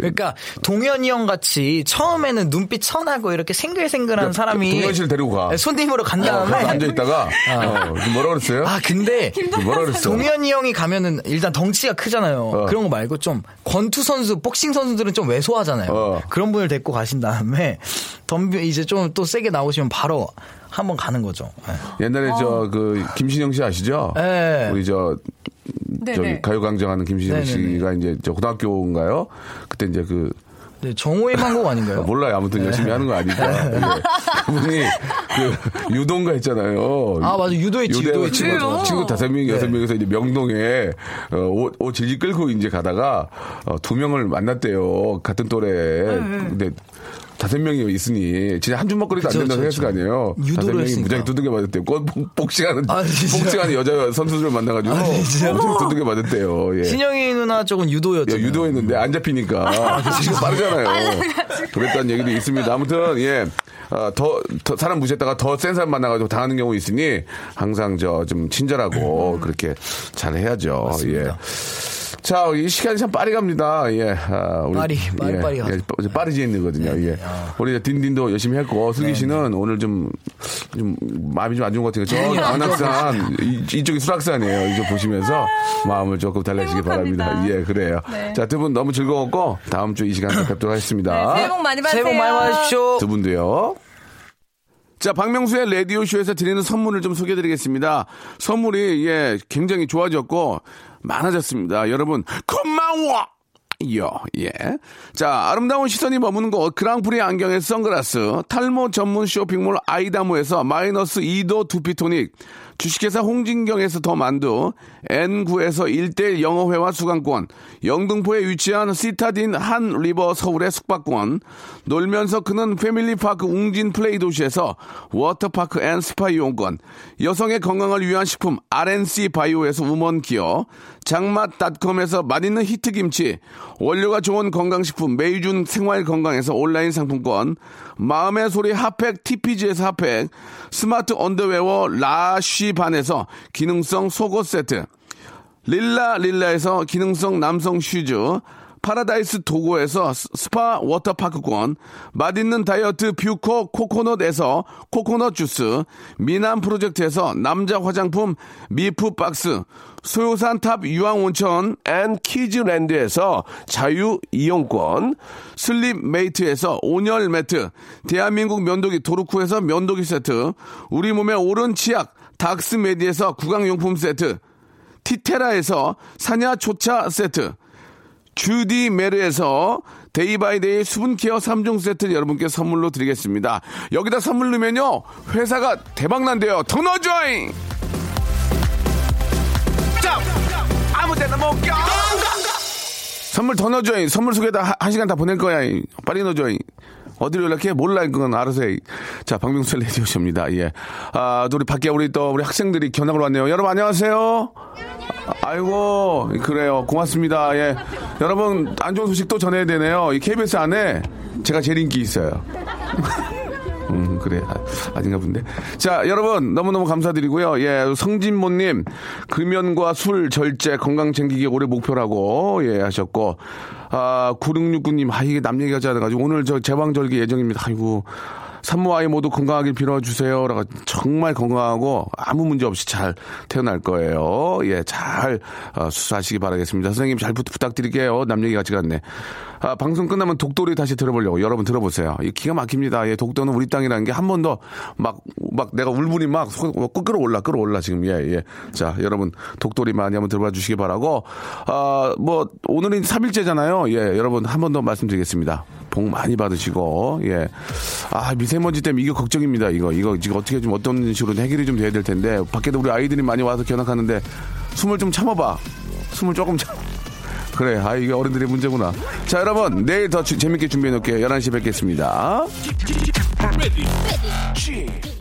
[SPEAKER 6] 그러니까 동현이 형 같이 처음에는 눈빛 선하고 이렇게 생글생글한 사람이
[SPEAKER 2] 동현 씨를 데리고 가.
[SPEAKER 6] 손님으로 간 다음에
[SPEAKER 2] 어, 앉아 있다가 뭐라 그랬어요?
[SPEAKER 6] 아, 근데
[SPEAKER 2] 뭐라 그랬어? 어.
[SPEAKER 6] 동현이 형이 가면은 일단 덩치가 크잖아요. 그런 거 말고 좀 권투 선수, 복싱 선수들은 좀 왜소하잖아요.
[SPEAKER 2] 어.
[SPEAKER 6] 그런 분을 데리고 가신 다음에 덤비 이제 좀 또 세게 나오시면 바로 한번 가는 거죠. 예.
[SPEAKER 2] 옛날에 저 그 김신영 씨 아시죠?
[SPEAKER 6] 예.
[SPEAKER 2] 우리 저
[SPEAKER 7] 네,
[SPEAKER 2] 저기
[SPEAKER 7] 네.
[SPEAKER 2] 가요광장하는 김신영
[SPEAKER 6] 네, 네, 네.
[SPEAKER 2] 씨가 이제 저 고등학교인가요? 그때 이제 그
[SPEAKER 6] 네, 정호의 망곡 아닌가요?
[SPEAKER 2] 몰라요. 아무튼 열심히 하는 거 아니까. 네. 그분이 그 유도인가 했잖아요.
[SPEAKER 6] 아, 맞아. 유도했지,
[SPEAKER 2] 유대하고
[SPEAKER 6] 유도했지.
[SPEAKER 2] 친구-
[SPEAKER 6] 맞아.
[SPEAKER 2] 친구 뭐 다섯 명
[SPEAKER 6] 네.
[SPEAKER 2] 여섯 명에서 이제 명동에 어, 옷, 옷 질질 끌고 이제 가다가 어, 두 명을 만났대요. 같은 또래.
[SPEAKER 6] 네,
[SPEAKER 2] 근데 다섯 명이 있으니 진짜 한 주먹거리도 안
[SPEAKER 6] 그쵸,
[SPEAKER 2] 된다고
[SPEAKER 6] 그쵸,
[SPEAKER 2] 생각했을 거 아니에요.
[SPEAKER 6] 유도를
[SPEAKER 2] 다섯 명이
[SPEAKER 6] 했으니까.
[SPEAKER 2] 무장에 두들겨 맞았대요. 꼭 복- 복싱하는
[SPEAKER 6] 아, 진짜.
[SPEAKER 2] 복싱하는 여자 선수들을 만나가지고 엄청 두들겨 맞았대요. 예.
[SPEAKER 6] 신영이 누나 쪽은
[SPEAKER 2] 야,
[SPEAKER 6] 유도였죠.
[SPEAKER 2] 예, 유도했는데 안 잡히니까 지금 빠르잖아요. 그랬다는 얘기도 있습니다. 아무튼 예, 아, 더, 더 사람 무시했다가 더 센 사람 만나가지고 당하는 경우 있으니 항상 저 좀
[SPEAKER 6] 음.
[SPEAKER 2] 친절하고 그렇게 잘 해야죠. 예. 자, 이 시간이 참 빠리 갑니다. 예. 아, 우리,
[SPEAKER 6] 빠리, 빠리,
[SPEAKER 2] 예,
[SPEAKER 6] 빠리
[SPEAKER 2] 예,
[SPEAKER 6] 가죠.
[SPEAKER 2] 빠- 빠르지 있는거든요.
[SPEAKER 7] 네.
[SPEAKER 2] 예.
[SPEAKER 7] 아.
[SPEAKER 2] 우리 이제 딘딘도 열심히 했고, 슬기 씨는 오늘 좀, 좀, 마음이 좀 안 좋은 것 같으니까,
[SPEAKER 7] 네,
[SPEAKER 2] 저기 관악산, 이- 이쪽이 수락산이에요. 이쪽 보시면서 마음을 조금 달래시기
[SPEAKER 7] 행복합니다.
[SPEAKER 2] 바랍니다. 예, 그래요.
[SPEAKER 7] 네.
[SPEAKER 2] 자, 두 분 너무 즐거웠고, 다음 주 이 시간에 뵙도록 하겠습니다.
[SPEAKER 7] 새해 복 많이 받으세요.
[SPEAKER 6] 새해 복 많이 받으십시오.
[SPEAKER 2] 두 분도요. 자, 박명수의 라디오쇼에서 드리는 선물을 좀 소개해 드리겠습니다. 선물이, 예, 굉장히 좋아졌고, 많아졌습니다. 여러분, 고마워! 요, 예. 자, 아름다운 시선이 머무는 곳, 그랑프리 안경의 선글라스, 탈모 전문 쇼핑몰 아이다모에서 마이너스 2도 두피토닉, 주식회사 홍진경에서 더 만두, N9에서 일대일 영어회화 수강권, 영등포에 위치한 시타딘 한 리버 서울의 숙박권, 놀면서 크는 패밀리파크 웅진 플레이 도시에서 워터파크 앤 스파 이용권, 여성의 건강을 위한 식품 RNC 바이오에서 우먼 기어, 장맛닷컴에서 맛있는 히트김치, 원료가 좋은 건강식품 메이준 생활건강에서 온라인 상품권, 마음의 소리 핫팩 TPG에서 핫팩, 스마트 언더웨어 라쉬반에서 기능성 속옷 세트, 릴라 릴라에서 기능성 남성 슈즈, 파라다이스 도고에서 스- 스파 워터파크권, 맛있는 다이어트 뷰코 코코넛에서 코코넛 주스, 미남 프로젝트에서 남자 화장품 미프 박스, 소요산 탑 유황 온천 앤 키즈랜드에서 자유 이용권, 슬립 메이트에서 온열 매트, 대한민국 면도기 도루쿠에서 면도기 세트, 우리 몸의 오른 치약 닥스메디에서 구강용품 세트, 티테라에서 사냐 초차 세트, 주디 메르에서 데이바이데이 수분 케어 3종 세트 여러분께 선물로 드리겠습니다. 여기다 선물 넣으면요. 회사가 대박 난대요. 터너 조잉! 아무 데나 못 가! 선물 더 넣어줘잉. 선물 속에다 한- 한 시간 다 보낼 거야. 잉. 빨리 넣어줘잉. 어디로 연락해? 몰라, 그건 알아서 해. 자, 박명수 레디오쇼입니다. 예. 아, 또 우리 밖에 우리 또 우리 학생들이 견학을 왔네요. 여러분 안녕하세요. 아, 아이고, 그래요. 고맙습니다. 예. 여러분, 안 좋은 소식 또 전해야 되네요. 이 KBS 안에 제가 제일 인기 있어요. 음, 그래. 아, 아닌가 본데. 자, 여러분, 너무너무 감사드리고요. 예, 성진모님, 금연과 술, 절제, 건강 챙기기 올해 목표라고, 예, 하셨고, 아, 9669님, 아, 이게 남 얘기가 잘해가지고, 오늘 저 제왕절개 예정입니다. 아이고. 산모 아이 모두 건강하길 빌어주세요. 라고 정말 건강하고 아무 문제 없이 잘 태어날 거예요. 예, 잘 어, 수사하시기 바라겠습니다. 선생님 잘 부, 탁드릴게요남 얘기 같지가 않네. 아, 방송 끝나면 독도를 다시 들어보려고 여러분 들어보세요. 이 기가 막힙니다. 예, 독도는 우리 땅이라는 게 한 번 더 막 막 내가 울분이 막 솟- 막 끌어올라 끌어올라 지금 예 예. 자 여러분 독도리 많이 한번 들어봐 주시기 바라고 아뭐 오늘은 3일째잖아요. 예 여러분 한 번 더 말씀드리겠습니다. 복 많이 받으시고 예 아 미세먼지 때문에 이거 걱정입니다. 이거 이거 지금 어떻게 좀 어떤 식으로 해결이 좀 돼야 될 텐데 밖에도 우리 아이들이 많이 와서 견학하는데 숨을 좀 참아봐. 숨을 조금 참. 그래, 아, 이게 어른들의 문제구나. 자, 여러분, 내일 더 주- 재밌게 준비해 놓을게요. 11시에 뵙겠습니다.
[SPEAKER 1] G.